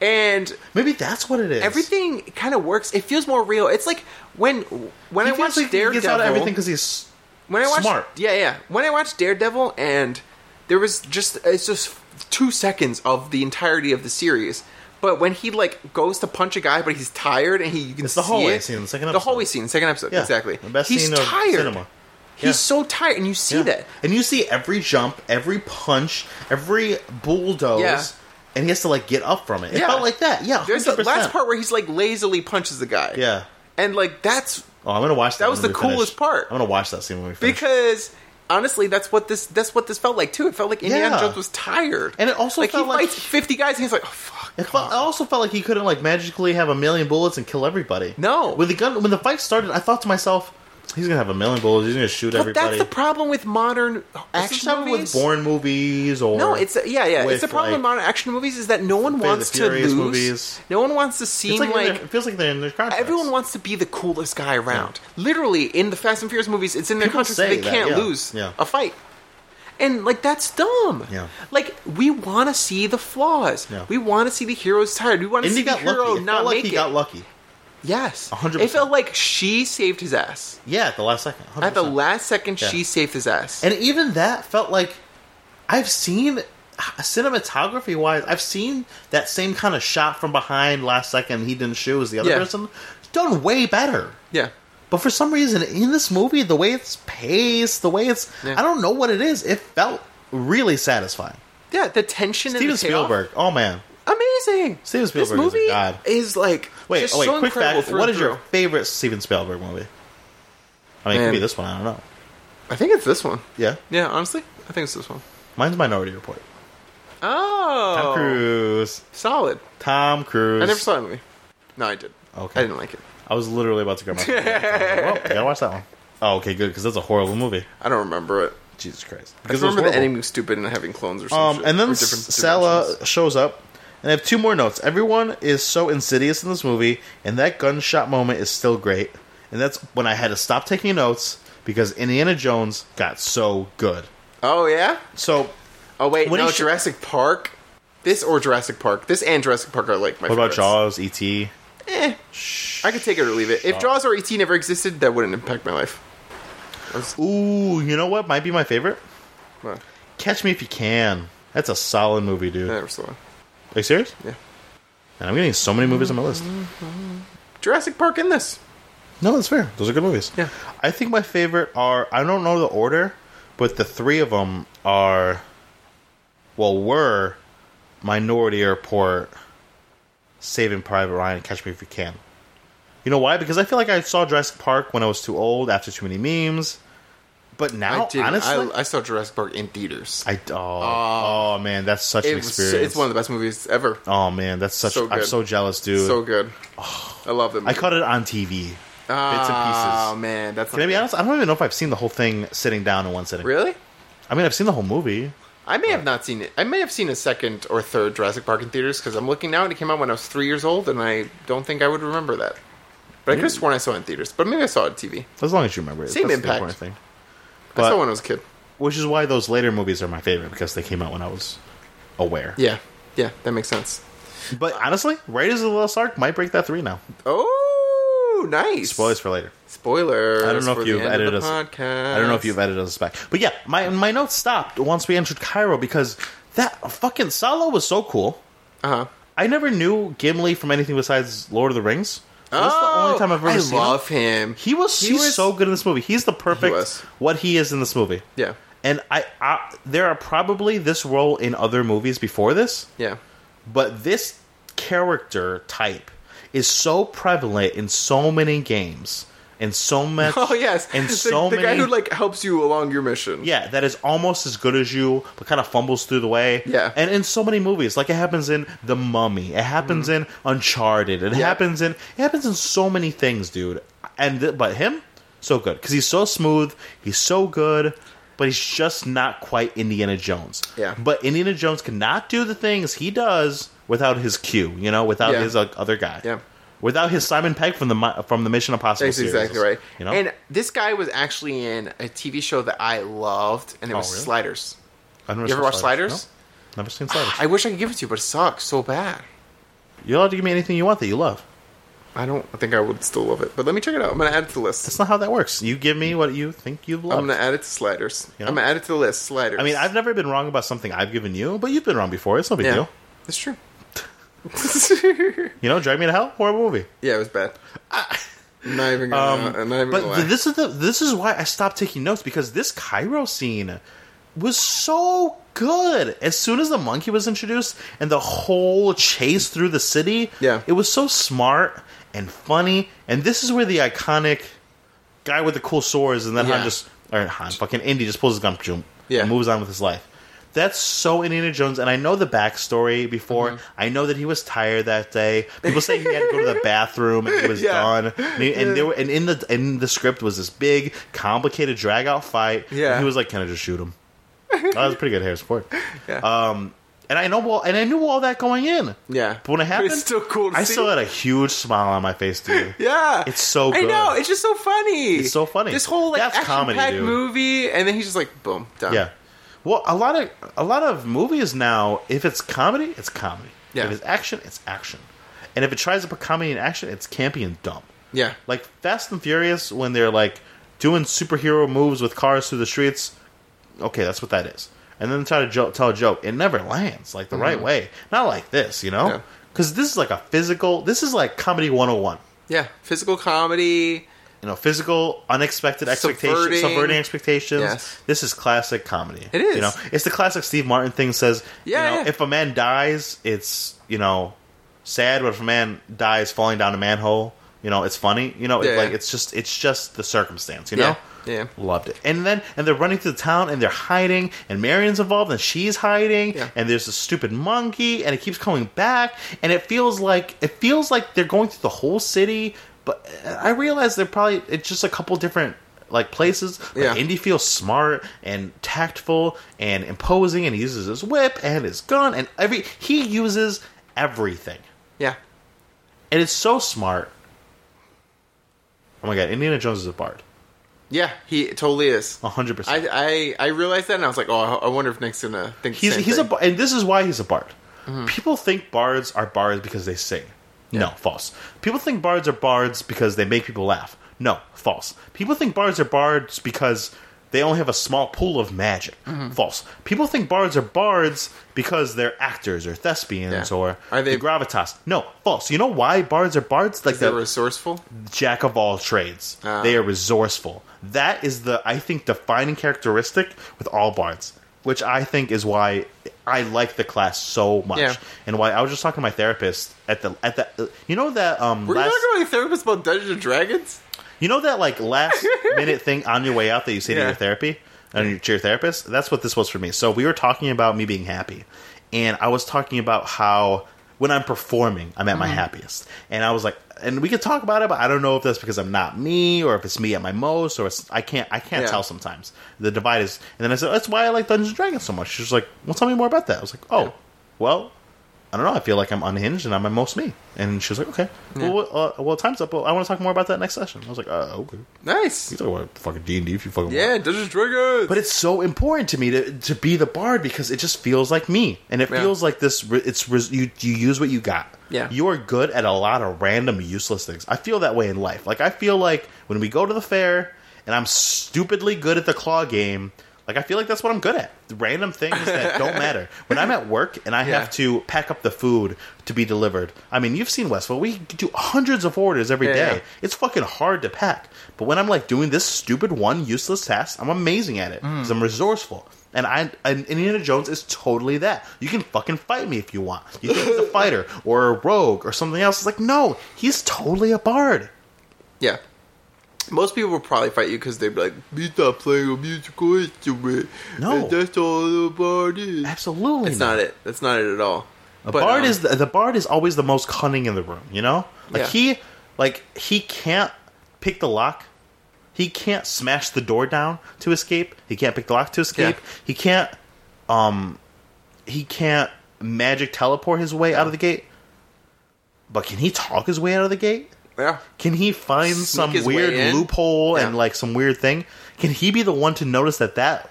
A: And
B: Maybe that's what it is.
A: everything kind of works. It feels more real. It's like when when
B: He
A: I
B: feels
A: watch
B: like
A: Daredevil.
B: He gets out of everything because he's
A: when I watched,
B: smart.
A: yeah, yeah. When I watched Daredevil, and there was just it's just two seconds of the entirety of the series. But when he like goes to punch a guy, but he's tired, and he you can
B: It's the
A: see
B: hallway
A: it.
B: scene, the second
A: the
B: episode.
A: hallway scene, second episode,
B: Yeah.
A: exactly.
B: The best
A: he's
B: scene of
A: tired.
B: cinema.
A: He's
B: Yeah.
A: so tired, and you see
B: Yeah.
A: that.
B: and you see every jump, every punch, every bulldoze,
A: Yeah.
B: and he has to like get up from it. It
A: Yeah.
B: felt like that. Yeah,
A: There's the
B: 100%.
A: last part where he's like lazily punches the guy.
B: Yeah.
A: and like that's
B: Oh, I'm gonna watch that.
A: That was
B: when
A: the
B: we finish.
A: coolest part.
B: I'm gonna watch that scene when we finish.
A: because honestly, that's what this that's what this felt like too. It felt like Indiana
B: Yeah.
A: Jones was tired,
B: And it also
A: like
B: felt
A: he
B: like-
A: fights fifty guys, and he's like, oh fuck,
B: It
A: come
B: felt, I
A: on.
B: also felt like he couldn't like magically have a million bullets and kill everybody.
A: No.
B: when the gun when the fight started, I thought to myself, he's gonna have a million bullets. He's gonna shoot
A: But
B: everybody.
A: that's the problem with modern
B: This is
A: action
B: happening
A: movies.
B: with Bourne movies or
A: no, it's yeah, yeah.
B: with,
A: It's the problem
B: like-
A: with modern action movies is that no one
B: the
A: wants to
B: Furious
A: lose.
B: movies.
A: No one wants to seem
B: It's like, in
A: like.
B: their- it feels like they're in their contracts.
A: Everyone wants to be the coolest guy around. Literally, in the Fast and Furious movies, it's in their
B: People
A: contracts that
B: say
A: they
B: that,
A: can't
B: yeah,
A: lose
B: yeah.
A: a fight. And like that's dumb.
B: Yeah.
A: Like we want to see the flaws.
B: Yeah.
A: We want to see the heroes tired. We want to
B: And
A: see
B: he
A: the
B: got
A: hero
B: lucky. It
A: not
B: felt like
A: make
B: he
A: it.
B: got lucky.
A: Yes,
B: 100%.
A: It felt like she saved his ass
B: Yeah, at the last second. 100%.
A: at the last second.
B: Yeah.
A: She saved his ass.
B: and even that felt like I've seen cinematography wise, I've seen that same kind of shot from behind last second. He didn't shoot as the other
A: Yeah.
B: person. Done way better.
A: yeah,
B: But for some reason, in this movie, the way it's paced, the way it's.
A: Yeah.
B: I don't know what it is. It felt really satisfying.
A: yeah. The tension. in
B: Steven
A: the payoff,
B: Spielberg. Oh, man.
A: amazing.
B: Steven Spielberg
A: This
B: is a
A: movie
B: god.
A: is like
B: Wait,
A: just
B: oh, wait.
A: so
B: quick
A: incredible
B: fact.
A: through
B: What
A: and
B: is your
A: through.
B: favorite Steven Spielberg movie? I mean, it
A: Man.
B: could be this one. I don't know.
A: I think it's this one.
B: Yeah.
A: Yeah, honestly, I think it's this one.
B: Mine's Minority Report.
A: Oh,
B: Tom Cruise.
A: solid.
B: Tom Cruise.
A: I never saw that movie. No, I did.
B: Okay.
A: I didn't like it.
B: I was literally about to grab my. phone. well, I gotta watch that one. Oh, okay, good, because that's a horrible movie.
A: I don't remember it.
B: Jesus Christ.
A: I just
B: it was
A: remember the
B: horrible.
A: enemy was stupid and having clones or something.
B: Um, and then Sala shows up, and I have two more notes. Everyone is so insidious in this movie, and that gunshot moment is still great. And that's when I had to stop taking notes because Indiana Jones got so good.
A: Oh yeah.
B: So,
A: Oh wait,
B: When
A: no
B: he sh-
A: Jurassic Park. This or Jurassic Park. This and Jurassic Park are like my.
B: what about
A: favorites.
B: Jaws, E E.T.?
A: Eh, I could take it or leave it. If Jaws or ET never existed, that wouldn't impact my life. That's-
B: Ooh, you know what might be my favorite?
A: well,
B: Catch Me If You Can. That's a solid movie, dude.
A: I never saw it.
B: Are you serious?
A: Yeah.
B: And I'm getting so many movies on my list.
A: Jurassic Park in this.
B: No, that's fair. Those are good movies.
A: Yeah.
B: I think my favorite are I don't know the order, but the three of them are, well, were Minority Report, Saving Private Ryan, and Catch Me If You Can. You know why? Because I feel like I saw Jurassic Park when I was too old after too many memes, but now
A: I did.
B: honestly,
A: I, I saw Jurassic Park in theaters.
B: I, oh, oh man, that's such
A: It
B: an
A: was-
B: experience.
A: it's one of the best movies ever.
B: oh man, that's such.
A: So
B: I'm
A: good.
B: so jealous, dude. Oh,
A: So good. I love them.
B: I caught it on TV. bits and pieces.
A: Oh man, that's
B: Can I be honest? I don't even know if I've seen the whole thing sitting down in one sitting.
A: Really?
B: I mean, I've seen the whole movie.
A: I may have not seen it. I may have seen a second or third Jurassic Park in theaters because I'm looking now and it came out when I was three years old, and I don't think I would remember that. But I could have sworn I saw it in theaters. But maybe I saw it on TV.
B: As long as you remember it.
A: Same
B: that's the
A: impact.
B: important thing.
A: I
B: But-
A: saw it when I was a kid.
B: Which is why those later movies are my favorite because they came out when I was aware.
A: Yeah, yeah, that makes sense.
B: But honestly, Raiders of the Lost Ark might break that three now.
A: Oh, nice.
B: Spoilers for later.
A: Spoilers.
B: I don't know
A: for
B: if
A: the
B: you've
A: end of
B: edited
A: the
B: us.
A: podcast.
B: I don't know if you've edited us back. But yeah, my my notes stopped once we entered Cairo because that fucking Salo was so cool.
A: Uh huh.
B: I never knew Gimli from anything besides Lord of the Rings.
A: Oh,
B: That's the only time I've ever
A: I
B: seen him.
A: love him.
B: He was
A: He
B: he's
A: was-
B: so good in this movie. He's the perfect
A: was.
B: what he is in this movie.
A: Yeah,
B: And I, I there are probably this role in other movies before this,
A: yeah.
B: but this character type is so prevalent in so many games and so much
A: Oh yes,
B: and
A: the,
B: so
A: the
B: many
A: guy who like helps you along your mission.
B: yeah, that is almost as good as you, but kind of fumbles through the way.
A: Yeah.
B: and in so many movies, like it happens in The Mummy, it happens in Uncharted, it
A: Mm-hmm. Yeah.
B: happens in it happens in so many things, dude. And th- but him, so good because he's so smooth, he's so good, but he's just not quite Indiana Jones.
A: Yeah.
B: but Indiana Jones cannot do the things he does without his cue, you know, without
A: Yeah.
B: his uh, other guy.
A: Yeah.
B: Without his Simon Pegg from the Mi- from the Mission Impossible
A: That's
B: series,
A: exactly right.
B: You know,
A: And this guy was actually in a TV show that I loved, and it
B: Oh,
A: was
B: really?
A: Sliders.
B: I've never
A: You ever
B: seen
A: watch Sliders?
B: No? Never seen Sliders.
A: I wish I could give it to you, but it sucks so bad.
B: You're allowed to give me anything you want that you love.
A: I don't think I would still love it, but let me check it out. I'm gonna add it to the list.
B: That's not how that works. You give me what you think you love.
A: I'm gonna add it to Sliders.
B: You know?
A: I'm gonna add it to the list. Sliders.
B: I mean, I've never been wrong about something I've given you, but you've been wrong before. It's no big
A: yeah,
B: deal.
A: that's true.
B: You know, Drag Me to Hell, horrible movie.
A: yeah, it was bad. not even gonna.
B: Ah. Um,
A: not even
B: but
A: gonna lie.
B: th- this is the this is why I stopped taking notes because this Cairo scene was so good. As soon as the monkey was introduced and the whole chase through the city,
A: Yeah.
B: it was so smart and funny. And this is where the iconic guy with the cool swords and then
A: Yeah.
B: Han just or Han fucking Indy just pulls his gun, zoom,
A: Yeah.
B: and moves on with his life. That's so Indiana Jones, and I know the backstory before.
A: Mm-hmm.
B: I know that he was tired that day. People say he had to go to the bathroom and he was
A: Yeah.
B: done. And, he- and there were, and in the in the script was this big, complicated drag out fight.
A: Yeah.
B: And he was like, "Can I just shoot him?" that was pretty good hair support.
A: Yeah.
B: Um, and I know all, and I knew all that going in.
A: Yeah.
B: But
A: But
B: when it
A: it's
B: happened,
A: still cool to
B: I
A: see.
B: still had a huge smile on my face, dude.
A: Yeah,
B: It's so
A: I
B: good.
A: know. It's just so funny.
B: It's so funny.
A: This whole like
B: That's
A: action
B: comedy,
A: packed
B: dude.
A: movie, and then he's just like boom done.
B: Yeah. Well, a lot of a lot of movies now, if it's comedy, it's comedy.
A: Yeah.
B: If it's action, it's action. And if it tries to put comedy and action, it's campy and dumb.
A: yeah,
B: Like Fast and Furious, when they're like doing superhero moves with cars through the streets, okay, that's what that is. And then try to jo- tell a joke, it never lands like the right way. Not like this, you
A: Yeah.
B: know? Because this is like a physical. This is like comedy 101.
A: yeah. Physical comedy.
B: You know, physical, unexpected expectations,
A: Subverting.
B: subverting, expectations.
A: Yes.
B: This is classic comedy.
A: It is.
B: You know, it's the classic Steve Martin thing. Says,
A: Yeah,
B: you know,
A: yeah.
B: if a man dies, it's you know sad, but if a man dies falling down a manhole, you know, it's funny. You know, it-
A: Yeah,
B: like
A: yeah.
B: it's just it's just the circumstance. You
A: Yeah,
B: know.
A: yeah.
B: Loved it. And then and they're running through the town and they're hiding and Marion's involved and she's hiding
A: Yeah.
B: and there's a stupid monkey and it keeps coming back and it feels like it feels like they're going through the whole city but uh, I realize they're probably it's just a couple different like places. Like
A: Yeah.
B: Indy feels smart and tactful and imposing and he uses his whip and his gun and every he uses everything.
A: Yeah,
B: And it's so smart. Oh my god, Indiana Jones is a bard.
A: yeah. He totally is.
B: 100%.
A: I, I I realized that, and I was like, oh, I wonder if Nick's gonna think.
B: He's
A: the same
B: he's
A: thing. Mm-hmm.
B: a bar- and this is why he's a bard. People think bards are bards because they sing. No, false. People think bards are bards because they make people laugh. No, false. People think bards are bards because they only have a small pool of magic.
A: Mm-hmm.
B: False. People think bards are bards because they're actors or thespians
A: Yeah.
B: or
A: Are they-
B: the gravitas. No, false. You know why bards are bards? Like
A: They're
B: the-
A: resourceful.
B: jack of all trades.
A: Ah.
B: They are resourceful. That is the I think defining characteristic with all bards, which I think is why I like the class so much,
A: Yeah.
B: and why I was just talking to my therapist at the at the you know that um
A: Were you
B: last,
A: talking about your therapist about Dungeons and Dragons?
B: you know that like last minute thing on your way out that you say to
A: Yeah.
B: your therapy and to your therapist. That's what this was for me. So we were talking about me being happy, and I was talking about how when I'm performing, I'm at my happiest. And I was like, and we could talk about it, but I don't know if that's because I'm not me or if it's me at my most or it's, I can't I can't
A: Yeah.
B: tell sometimes. The divide is. And then I said, that's why I like Dungeons and Dragons so much. She's like, well, tell me more about that. I was like, oh, well. I don't know. I feel like I'm unhinged and I'm at most me. And she was like, okay. Well, uh, well, time's up. Well, I want to talk more about that next session. I was like, uh, okay.
A: Nice.
B: You talk about fucking D and D if you fucking want.
A: Yeah, Dungeons and Dragons.
B: But it's so important to me to, to be the bard because it just feels like me, and it
A: Yeah.
B: feels like this. re- It's res- you. You use what you got.
A: Yeah.
B: you're good at a lot of random useless things. I feel that way in life. Like I feel like when we go to the fair, and I'm stupidly good at the claw game. Like I feel like that's what I'm good at. Random things that don't matter. When I'm at work and I
A: Yeah.
B: have to pack up the food to be delivered. I mean, you've seen Westville. We do hundreds of orders every day.
A: Yeah, yeah.
B: It's fucking hard to pack. But when I'm like doing this stupid one useless task, I'm amazing at it
A: Mm.
B: because I'm resourceful. And I and Indiana Jones is totally that. You can fucking fight me if you want. You think he's a fighter or a rogue or something else. It's like no, he's totally a bard.
A: yeah. Most people would probably fight you because they'd be like, "You stop playing a musical instrument."
B: No.
A: and that's all the bard is.
B: Absolutely,
A: That's not it. That's not it at all.
B: A
A: But,
B: bard
A: um,
B: is the, the bard is always the most cunning in the room. You know, like
A: Yeah.
B: he like he can't pick the lock. He can't smash the door down to escape. He can't pick the lock to escape.
A: Yeah.
B: He can't um he can't magic teleport his way out of the gate. But can he talk his way out of the gate?
A: yeah.
B: Can he find
A: Sneak
B: some
A: his way
B: weird
A: in?
B: loophole
A: Yeah.
B: and like some weird thing? Can he be the one to notice that that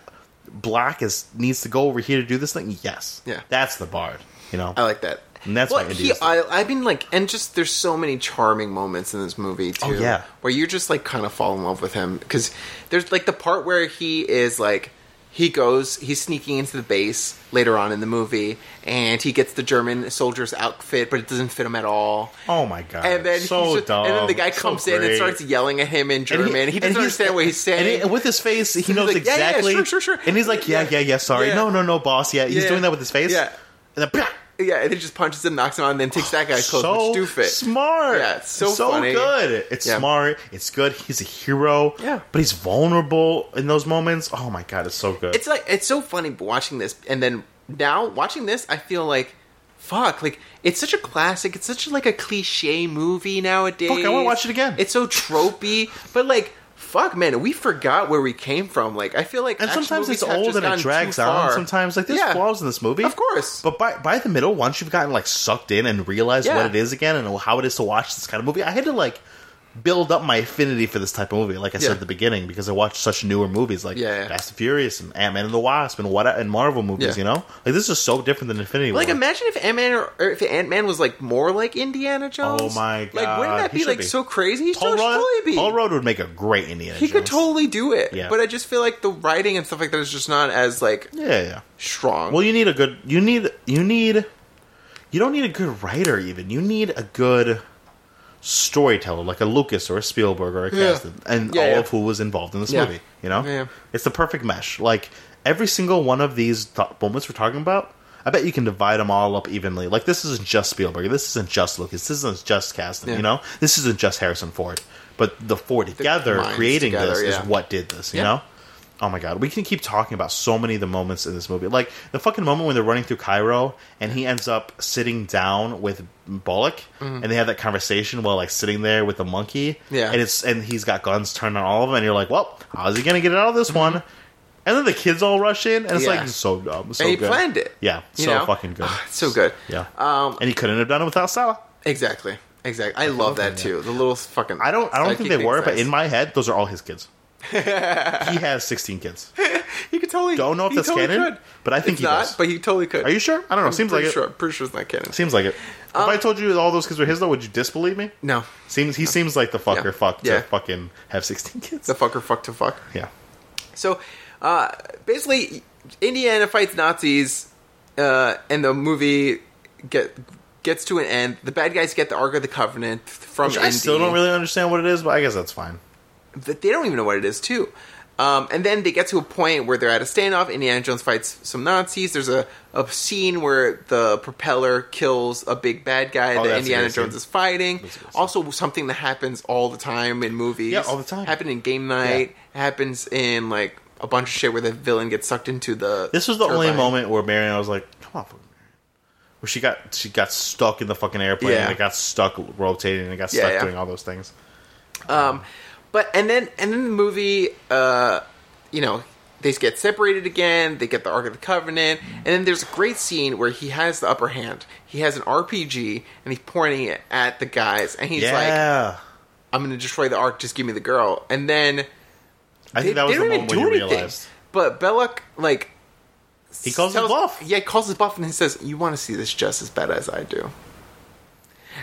B: block is needs to go over here to do this thing? Yes.
A: Yeah.
B: That's the bard, you know.
A: I like that.
B: And that's
A: well,
B: why it
A: he,
B: is-
A: I, I mean, like, and just there's so many charming moments in this movie too.
B: Oh, yeah.
A: where you're just like kind of fall in love with him because there's like the part where he is like he goes he's sneaking into the base later on in the movie and he gets the German soldier's outfit, but it doesn't fit him at all.
B: Oh my god!
A: And then
B: so
A: he's just,
B: dumb.
A: and then the guy
B: So
A: comes in and
B: great.
A: starts yelling at him in
B: And
A: German. he, doesn't
B: and
A: understand what he's
B: And,
A: saying.
B: he- and with his face, he knows
A: like, "Yeah, yeah,
B: exactly.
A: sure, sure, sure."
B: And he's like, yeah, yeah, yeah. Sorry,
A: Yeah.
B: no, no, no, boss. Yeah, he's
A: Yeah.
B: doing that with his face.
A: Yeah.
B: And then,
A: yeah, and he just punches him, knocks him out, and then takes that guy's clothes,
B: so
A: which do fit.
B: smart.
A: Yeah, it's so funny.
B: good. It's
A: Yeah.
B: smart. It's good. He's a hero.
A: Yeah.
B: but he's vulnerable in those moments. Oh my god, it's so good.
A: it's like it's so funny watching this and then now watching this i feel like fuck like it's such a classic it's such like a cliche movie nowadays
B: Fuck, I wanna watch it again.
A: it's so tropey but like fuck man we forgot where we came from like i feel like
B: and
A: action
B: sometimes
A: movies
B: it's
A: have
B: old
A: just
B: and it
A: gone too
B: drags on.
A: far.
B: Sometimes like there's
A: Yeah.
B: flaws in this movie,
A: Of course.
B: But by by the middle, once you've gotten like sucked in and realized
A: Yeah.
B: what it is again and how it is to watch this kind of movie, I had to like build up my affinity for this type of movie. Like I
A: Yeah.
B: said at the beginning, because I watched such newer movies like
A: Yeah, yeah.
B: Fast and Furious and Ant Man and the Wasp and what and Marvel
A: Yeah.
B: movies. You know, like this is so different than Infinity
A: like
B: War.
A: imagine if Ant Man or, or if Ant Man was like more like Indiana Jones.
B: Oh, my
A: Like
B: God.
A: wouldn't that
B: He
A: be
B: should
A: like
B: be.
A: so crazy? He
B: Paul
A: should totally
B: Rudd,
A: be.
B: Paul Rudd would make a great Indiana.
A: he could
B: Jones.
A: totally do it.
B: Yeah.
A: But I just feel like the writing and stuff like that is just not as like
B: Yeah, yeah.
A: strong.
B: Well, you need a good. You need. You need. You don't need a good writer. Even you need a good storyteller, like a Lucas or a Spielberg or a
A: Yeah.
B: Kasdan, and
A: Yeah,
B: all
A: yeah.
B: of who was involved in this
A: Yeah.
B: movie. You know,
A: Yeah.
B: it's the perfect mesh. Like every single one of these th- moments we're talking about. I bet you can divide them all up evenly. Like this isn't just Spielberg. This isn't just Lucas. This isn't just Kasdan.
A: Yeah.
B: You know, this isn't just Harrison Ford. But the four together
A: minds
B: creating
A: together,
B: this
A: yeah.
B: is what did this. You
A: Yeah.
B: know. Oh my god, we can keep talking about so many of the moments in this movie. Like the fucking moment when they're running through Cairo and he ends up sitting down with Bullock and they have that conversation while like sitting there with the monkey.
A: Mm-hmm. Yeah.
B: And it's and he's got guns turned on all of them and you're like, Well, how's he gonna get out of this one? And then the kids all rush in and it's
A: Mm-hmm. Yeah.
B: like so dumb. So
A: and he
B: good.
A: planned it.
B: Yeah.
A: you
B: So
A: know?
B: fucking good.
A: It's so good.
B: Yeah.
A: Um,
B: and he couldn't have done it without Salah.
A: exactly. Exactly. I love that
B: yeah.
A: too. The little fucking.
B: I don't I don't think they were, but in
A: my
B: my head, those are all his kids. he has sixteen kids.
A: he could totally.
B: Don't know if
A: he
B: that's
A: totally
B: canon,
A: could.
B: but I think
A: it's
B: he
A: not.
B: does.
A: But he totally could.
B: Are you sure? I don't know.
A: I'm
B: Seems like
A: pretty
B: it.
A: sure. Um, I'm pretty sure it's not canon.
B: Seems like it. if I told you all those kids were his, though, would you disbelieve me?
A: no,
B: Seems he seems like the fucker
A: Yeah.
B: fuck to
A: Yeah.
B: fucking have sixteen kids.
A: the fucker fuck to fuck.
B: yeah.
A: So, uh, basically, Indiana fights Nazis, uh, and the movie get gets to an end. The bad guys get the Ark of the Covenant from.
B: Which I still
A: Indy.
B: don't really understand what it is, but I guess that's fine.
A: that they don't even know what it is too. Um, and then they get to a point where they're at a standoff. Indiana Jones fights some Nazis. There's a, a scene where the propeller kills a big bad guy that
B: Oh, that's a
A: Indiana
B: good scene.
A: Jones is fighting.
B: a good scene.
A: Also, something that happens all the time in movies.
B: Yeah, all the time.
A: Happened in Game Night. Happens in like a bunch of shit where the villain gets sucked into the.
B: This was the only
A: turbine.
B: moment where Marion was like, "Come on, fucking Marion. where she got she got stuck in the fucking airplane
A: Yeah.
B: and it got stuck rotating and it got
A: Yeah,
B: stuck
A: yeah.
B: doing all those things.
A: Um, but and then and then the movie, uh, you know, they get separated again. They get the Ark of the Covenant, and then there's a great scene where he has the upper hand. He has an RPG and he's pointing it at the guys, and he's like,
B: yeah,
A: "I'm going to destroy the Ark. Just give me the girl." And then
B: I think that was the moment when you realized.
A: But Belloc, like,
B: He calls his
A: tells-
B: bluff.
A: Yeah, he calls his bluff and he says, "You want to see this just as bad as I do."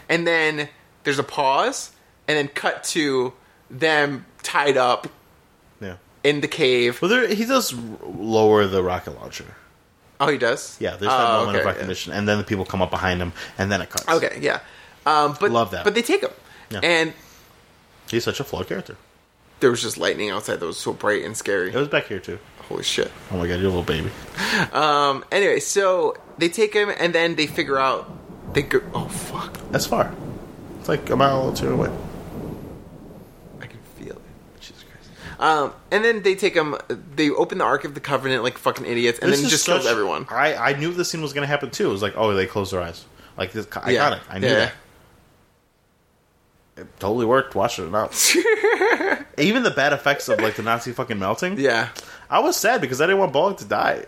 A: And then there's a pause, and then cut to them tied up
B: Yeah.
A: in the cave.
B: Well, there, he does r- lower the rocket launcher.
A: Oh, he does.
B: Yeah, there's that
A: Oh,
B: moment of
A: okay, yeah.
B: recognition, and then the people come up behind him, and then it cuts.
A: Okay, yeah. Um, but
B: Love that.
A: But they take him,
B: Yeah.
A: and
B: he's such a flawed character.
A: there was just lightning outside that was so bright and scary.
B: It was back here too.
A: Holy shit.
B: Oh my god, you're a little baby.
A: Um. Anyway, so they take him, and then they figure out they go. Oh fuck!
B: That's far. It's like a mile or two away.
A: I can feel it.
B: Jesus Christ.
A: Um, and then they take him. They open the Ark of the Covenant like fucking idiots, and
B: This
A: then
B: is
A: just
B: such-
A: kills everyone.
B: I, I knew this scene was going to happen too. It was like, oh, they closed their eyes. Like this iconic.
A: Yeah.
B: I knew
A: Yeah.
B: that. It totally worked. Watch it out. Even the bad effects of like the Nazi fucking melting.
A: Yeah.
B: I was sad because I didn't want Bullock to die.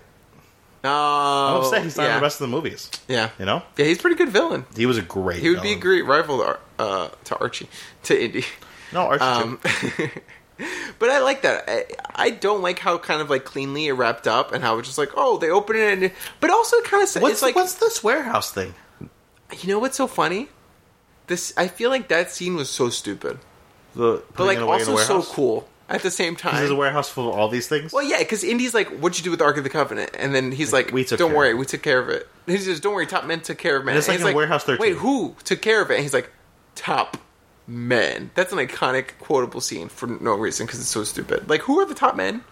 A: Oh,
B: I'm upset he's not
A: yeah.
B: in the rest of the movies.
A: Yeah,
B: You know,
A: yeah, he's a pretty good villain.
B: he was a great.
A: He would be a
B: villain.
A: great rival to, Ar- uh, to Archie, to Indy.
B: No, Archie.
A: Um,
B: too.
A: but I like that. I, I don't like how kind of like cleanly it wrapped up, and how it's just like, oh, they open it, and but also kind of
B: What's
A: it's like
B: what's this warehouse thing?
A: you know what's so funny? This I feel like that scene was so stupid,
B: The
A: but like
B: putting it away in a
A: also so
B: warehouse?
A: cool at the same time.
B: This is a warehouse full of all these things.
A: Well, yeah, because Indy's like, "What'd you do with the Ark of the Covenant?" And then he's
B: Like,
A: like,
B: "We took
A: "Don't
B: care
A: worry,
B: of it."
A: we took care of it." He says, "Don't worry, top men took care of men."
B: And it's like
A: he's
B: in Warehouse 13.
A: Wait, who took care of it? And he's like, "Top men." That's an iconic, quotable scene for no reason because it's so stupid. Like, who are the top men?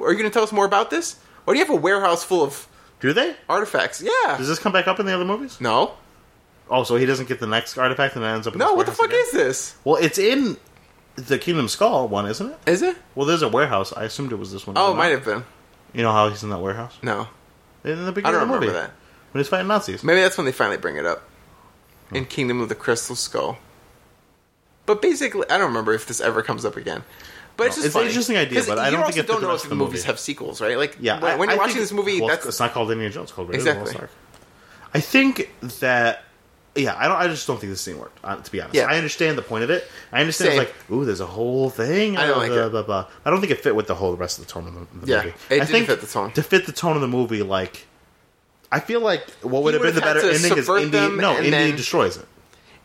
A: Are you going to tell us more about this? Or do you have a warehouse full of
B: Do they?
A: artifacts? Yeah.
B: Does this come back up in the other movies?
A: no.
B: Oh, so he doesn't get the next artifact and it ends up. In
A: No.
B: this
A: What the
B: warehouse
A: fuck
B: again?
A: is this?
B: Well, it's in the Kingdom Skull one, isn't it?
A: Is it?
B: Well, there's a warehouse. I assumed it was this one.
A: Oh,
B: Is
A: it
B: it
A: might
B: not?
A: have been.
B: You know how he's in that warehouse
A: No.
B: in
A: I
B: the beginning
A: don't
B: of the
A: remember
B: movie
A: that.
B: when he's fighting Nazis.
A: Maybe that's when they finally bring it up in
B: Hmm.
A: Kingdom of the Crystal Skull. But basically, I don't remember if this ever comes up again. But it's
B: No,
A: just
B: it's an
A: funny.
B: interesting idea,
A: 'Cause
B: but I
A: you
B: don't
A: also
B: think it fit
A: don't
B: the
A: know if
B: rest of
A: the
B: the
A: movies
B: movie.
A: have sequels, right? Like,
B: Yeah,
A: when,
B: I-
A: when you're
B: I
A: watching
B: think-
A: this movie,
B: well,
A: that's
B: it's not called Indiana Jones. It's called Raiders of the Lost
A: Exactly.
B: Ark. I think that. Yeah, I don't. I just don't think this scene worked. uh, To be honest,
A: Yeah.
B: I understand the point of it. I understand
A: Same.
B: it's like, ooh, there's a whole thing.
A: I don't
B: uh,
A: like
B: blah,
A: it.
B: Blah, blah. I don't think it fit with the whole rest of the tone of the, the
A: Yeah,
B: movie.
A: it
B: I
A: didn't
B: think
A: fit the tone.
B: to fit the tone of the movie. Like, I feel like what would
A: He would've
B: have been the
A: had
B: better
A: to
B: ending is
A: subvert
B: Indy.
A: them
B: No,
A: and
B: Indy
A: then-
B: destroys it.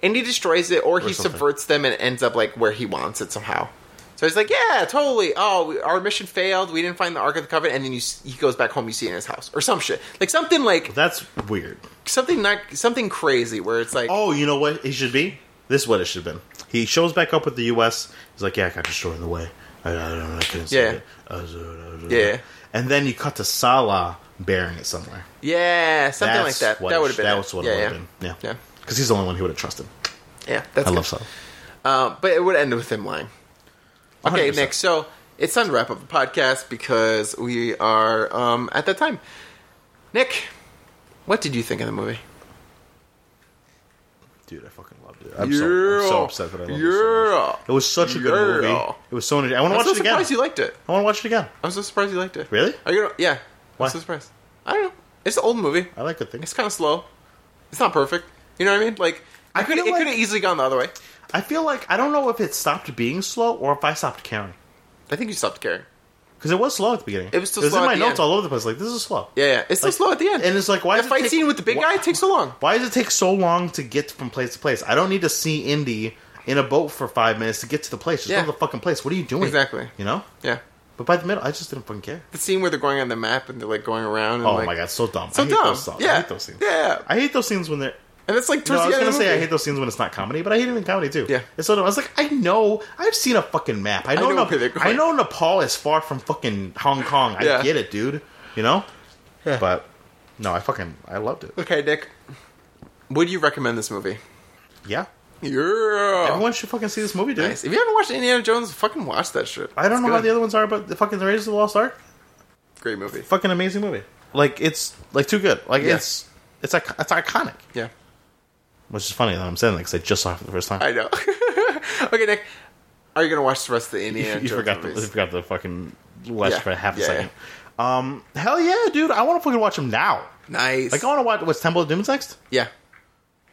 A: Indy destroys it, or, he
B: something.
A: subverts them and ends up like where he wants it somehow. So he's like, "Yeah, totally. Oh, we, our mission failed. We didn't find the Ark of the Covenant." And then you, s- he goes back home. You see it in his house or some shit, like something like
B: That's weird.
A: something not something crazy where it's like,
B: Oh, you know what he should be? This is what it should have been. He shows back up with the U.S. He's like, yeah, I got destroyed in the way. I, I, don't know, I couldn't see
A: Yeah.
B: it. I was- uh, uh, uh,
A: Yeah.
B: And then you cut to Salah burying it somewhere.
A: yeah, something
B: That's
A: like that."
B: what
A: That
B: it-
A: would have been. it.
B: That's what it
A: Yeah,
B: would have
A: yeah.
B: been. Yeah.
A: Yeah.
B: Because he's the only one he would have trusted.
A: Yeah, that's
B: I
A: good.
B: love Salah.
A: Um, but it would end with him lying. Okay,
B: 100%.
A: Nick. So it's time to wrap up the podcast because we are um, at that time. Nick, what did you think of the movie?
B: Dude, I fucking loved it. I'm, so, I'm so
A: Yeah.
B: upset that I loved it. So
A: Yeah.
B: much. It was such a good
A: Yeah.
B: movie. It was so entertaining. I want to
A: I'm
B: watch
A: so
B: it again.
A: surprised you liked it.
B: I want to watch it again.
A: I'm so surprised you liked it.
B: Really?
A: Are you? Gonna, yeah.
B: Why?
A: I'm so surprised. I don't know. It's an old movie.
B: I like good things.
A: It's kind of slow. It's not perfect. You know what I mean? Like I could
B: feel
A: it
B: like-
A: could have easily gone the other way.
B: I feel like I don't know if it stopped being slow or if I stopped caring.
A: I think you stopped caring.
B: Because it was slow at the beginning.
A: It was still
B: it was
A: slow
B: in
A: at
B: my
A: the end.
B: notes all over the place. Like this is slow.
A: Yeah, yeah. It's so
B: Like-
A: slow at the end.
B: And it's like why
A: that
B: does it
A: fight
B: take-
A: scene with the big
B: wh-
A: guy takes so long.
B: Why does it take so long to get from place to place? I don't need to see Indy in a boat for five minutes to get to the place. Just
A: Yeah.
B: go to the fucking place. What are you doing?
A: Exactly.
B: You know.
A: Yeah.
B: But by the middle, I just didn't fucking care.
A: the scene where they're going on the map and they're like going around. And
B: Oh
A: like,
B: my god, so dumb.
A: so
B: I hate
A: dumb.
B: Those songs.
A: yeah,
B: I hate those scenes.
A: yeah,
B: I hate those scenes when they're.
A: and it's like
B: No,
A: towards the
B: I was
A: end.
B: gonna
A: of the
B: say I
A: movie.
B: hate those scenes when it's not comedy, but I hate it in comedy too.
A: Yeah.
B: it's so dumb. I was like, I know, I've seen a fucking map. I know,
A: know
B: Nep-
A: where they're going.
B: I know Nepal is far from fucking Hong Kong. I
A: Yeah.
B: get it, dude. You know,
A: Yeah.
B: but no, I fucking I loved it.
A: Okay, Dick, would you recommend this movie?
B: Yeah,
A: Yeah,
B: everyone should fucking see this movie, dude.
A: Oh. nice. If you haven't watched Indiana Jones, fucking watch that shit.
B: I don't
A: It's
B: know
A: good.
B: how the other ones are, but the fucking Raiders of the Lost Ark,
A: great movie.
B: fucking amazing movie. Like it's like too good. Like
A: Yeah.
B: it's It's like it's iconic,
A: Yeah,
B: which is funny that I'm saying that because I just saw it for the first time.
A: I know. okay, Nick, are you gonna watch the rest of the Indiana
B: you
A: Jones
B: forgot the, you
A: movies?
B: forgot the fucking last
A: Yeah.
B: for half a
A: Yeah,
B: second. Um, hell yeah, dude! I want to fucking watch them now.
A: Nice.
B: Like oh. I want to watch what's Temple of Doom's next.
A: yeah,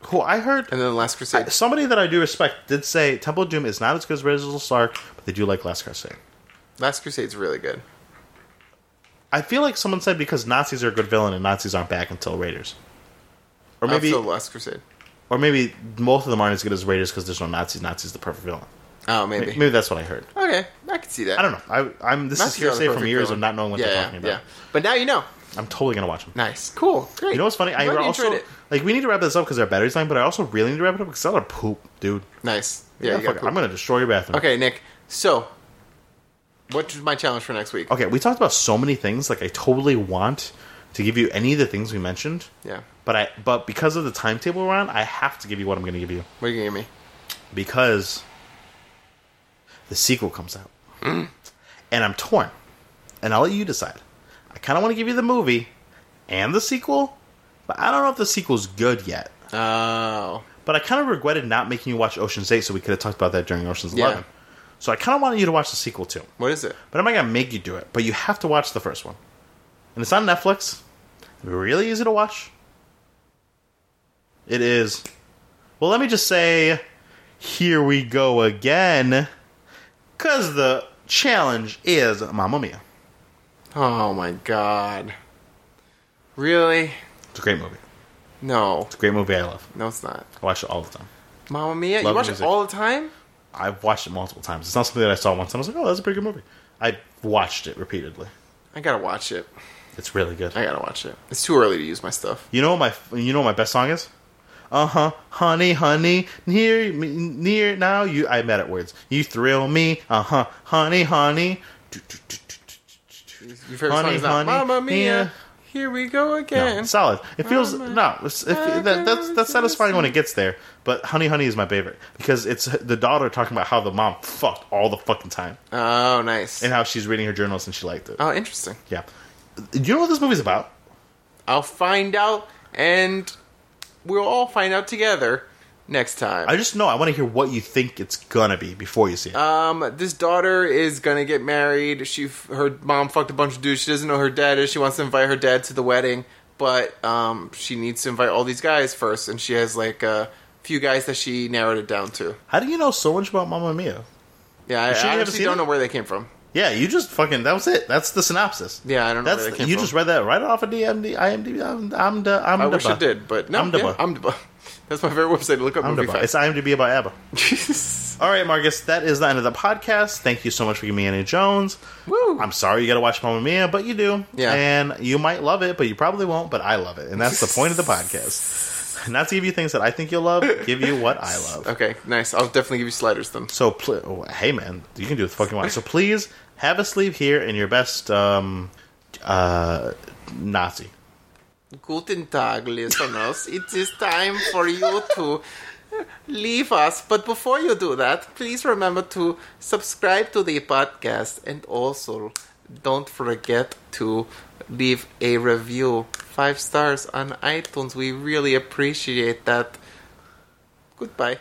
B: Who I heard
A: and then the Last Crusade.
B: somebody that I do respect did say Temple of Doom is not as good as Raiders of Stark, but they do like Last Crusade.
A: Last Crusade's really good.
B: I feel like someone said because Nazis are a good villain and Nazis aren't back until Raiders, or
A: Maybe
B: maybe
A: the Last Crusade.
B: or maybe both of them aren't as good as Raiders because there's no Nazis. Nazis the perfect villain.
A: Oh, maybe.
B: Maybe that's what I heard.
A: Okay, I can see that.
B: I don't know. I, I'm this
A: Nazis
B: is
A: are the
B: hearsay from
A: perfect
B: years of
A: villain.
B: not knowing what
A: yeah,
B: they're
A: yeah,
B: talking about.
A: Yeah, but now you know.
B: I'm totally gonna watch them.
A: Nice, cool, great.
B: You know what's funny? I
A: Glad you
B: also
A: enjoyed it.
B: like we need to wrap this up because our battery's dying, but I also really need to wrap it up because I gotta poop, dude.
A: Nice. Yeah, you
B: Gotta
A: gotta
B: fuck-
A: poop.
B: I'm gonna destroy your bathroom.
A: Okay, Nick. So, what's my challenge for next week?
B: Okay, we talked about so many things. Like I totally want to give you any of the things we mentioned,
A: Yeah.
B: but I but because of the timetable we're on, I have to give you what I'm gonna give you
A: What are you gonna give me?
B: because the sequel comes out,
A: Mm.
B: and I'm torn, and I'll let you decide. I kind of want to give you the movie and the sequel, but I don't know if the sequel's good yet.
A: Oh,
B: But I kind of regretted not making you watch Ocean's Eight, so we could have talked about that during Ocean's
A: Yeah.
B: Eleven. So I kind of wanted you to watch the sequel too,
A: what is it?
B: but I'm not gonna make you do it. But you have to watch the first one, and it's on Netflix. It'd be really easy to watch. It is. Well, let me just say, here we go again, because the challenge is Mamma Mia.
A: Oh my god. Really?
B: It's a great movie.
A: No,
B: It's a great movie. I love.
A: no, it's not.
B: I watch it all the time.
A: Mamma Mia,
B: Love
A: you watch
B: music.
A: it all the time?
B: I've watched it multiple times. It's not something that I saw once. and I was like, oh, that's a pretty good movie. I watched it repeatedly.
A: I gotta watch it.
B: It's really good.
A: I gotta watch it. It's too early to use my stuff.
B: You know what my you know what my best song is? Uh huh, honey, honey, near, me- near now you. I'm bad at words. You thrill me. Uh huh, honey, honey. Do, do, do, do, do, do, do.
A: Your favorite
B: Honey,
A: song is not
B: honey,
A: Mamma Mia.
B: Mia.
A: Here we go again.
B: No, solid. It feels
A: Mama,
B: no. It's, it,
A: I
B: that, that's
A: never
B: that's
A: said
B: satisfying when it gets there. But honey, honey is my favorite because it's the daughter talking about how the mom fucked all the fucking time
A: oh, nice.
B: and how she's reading her journals and she liked it.
A: oh, interesting.
B: Yeah. Do you know what this movie's about?
A: I'll find out, and we'll all find out together next time.
B: I just know I want to hear what you think it's gonna be before you see it.
A: Um, this daughter is gonna get married. She, f- her mom fucked a bunch of dudes. She doesn't know her dad is. She wants to invite her dad to the wedding, but um, she needs to invite all these guys first, and she has like a few guys that she narrowed it down to.
B: How do you know so much about Mamma Mia?
A: Yeah, I,
B: sure you
A: I
B: haven't
A: honestly
B: seen
A: don't
B: it?
A: know where they came from.
B: Yeah, you just fucking that was it. That's the synopsis.
A: Yeah, I don't know
B: That's
A: where they came
B: you
A: from.
B: just read that right off of DMD, IMDb. I'm, I'm, da, I'm
A: I wish
B: da-
A: I did, but no,
B: I'm
A: I'm
B: da-
A: yeah, I'm da- That's my favorite website. Look up
B: I'm da-
A: movie
B: It's
A: facts.
B: IMDb about ABBA. All right, Marcus, that is the end of the podcast. Thank you so much for giving me Annie Jones.
A: Woo.
B: I'm sorry you got to watch Mamma Mia, but you do.
A: Yeah.
B: And you might love it, but you probably won't, but I love it. And that's the point of the podcast. Not to give you things that I think you'll love, give you what I love.
A: okay, nice. I'll definitely give you sliders then.
B: So, pl- oh, hey man, you can do what the fuck you want. So please have a sleeve here in your best um, uh, Nazi.
A: Guten Tag, listeners. it is time for you to leave us. But before you do that, please remember to subscribe to the podcast and also don't forget to leave a review. Five stars on iTunes. We really appreciate that. Goodbye.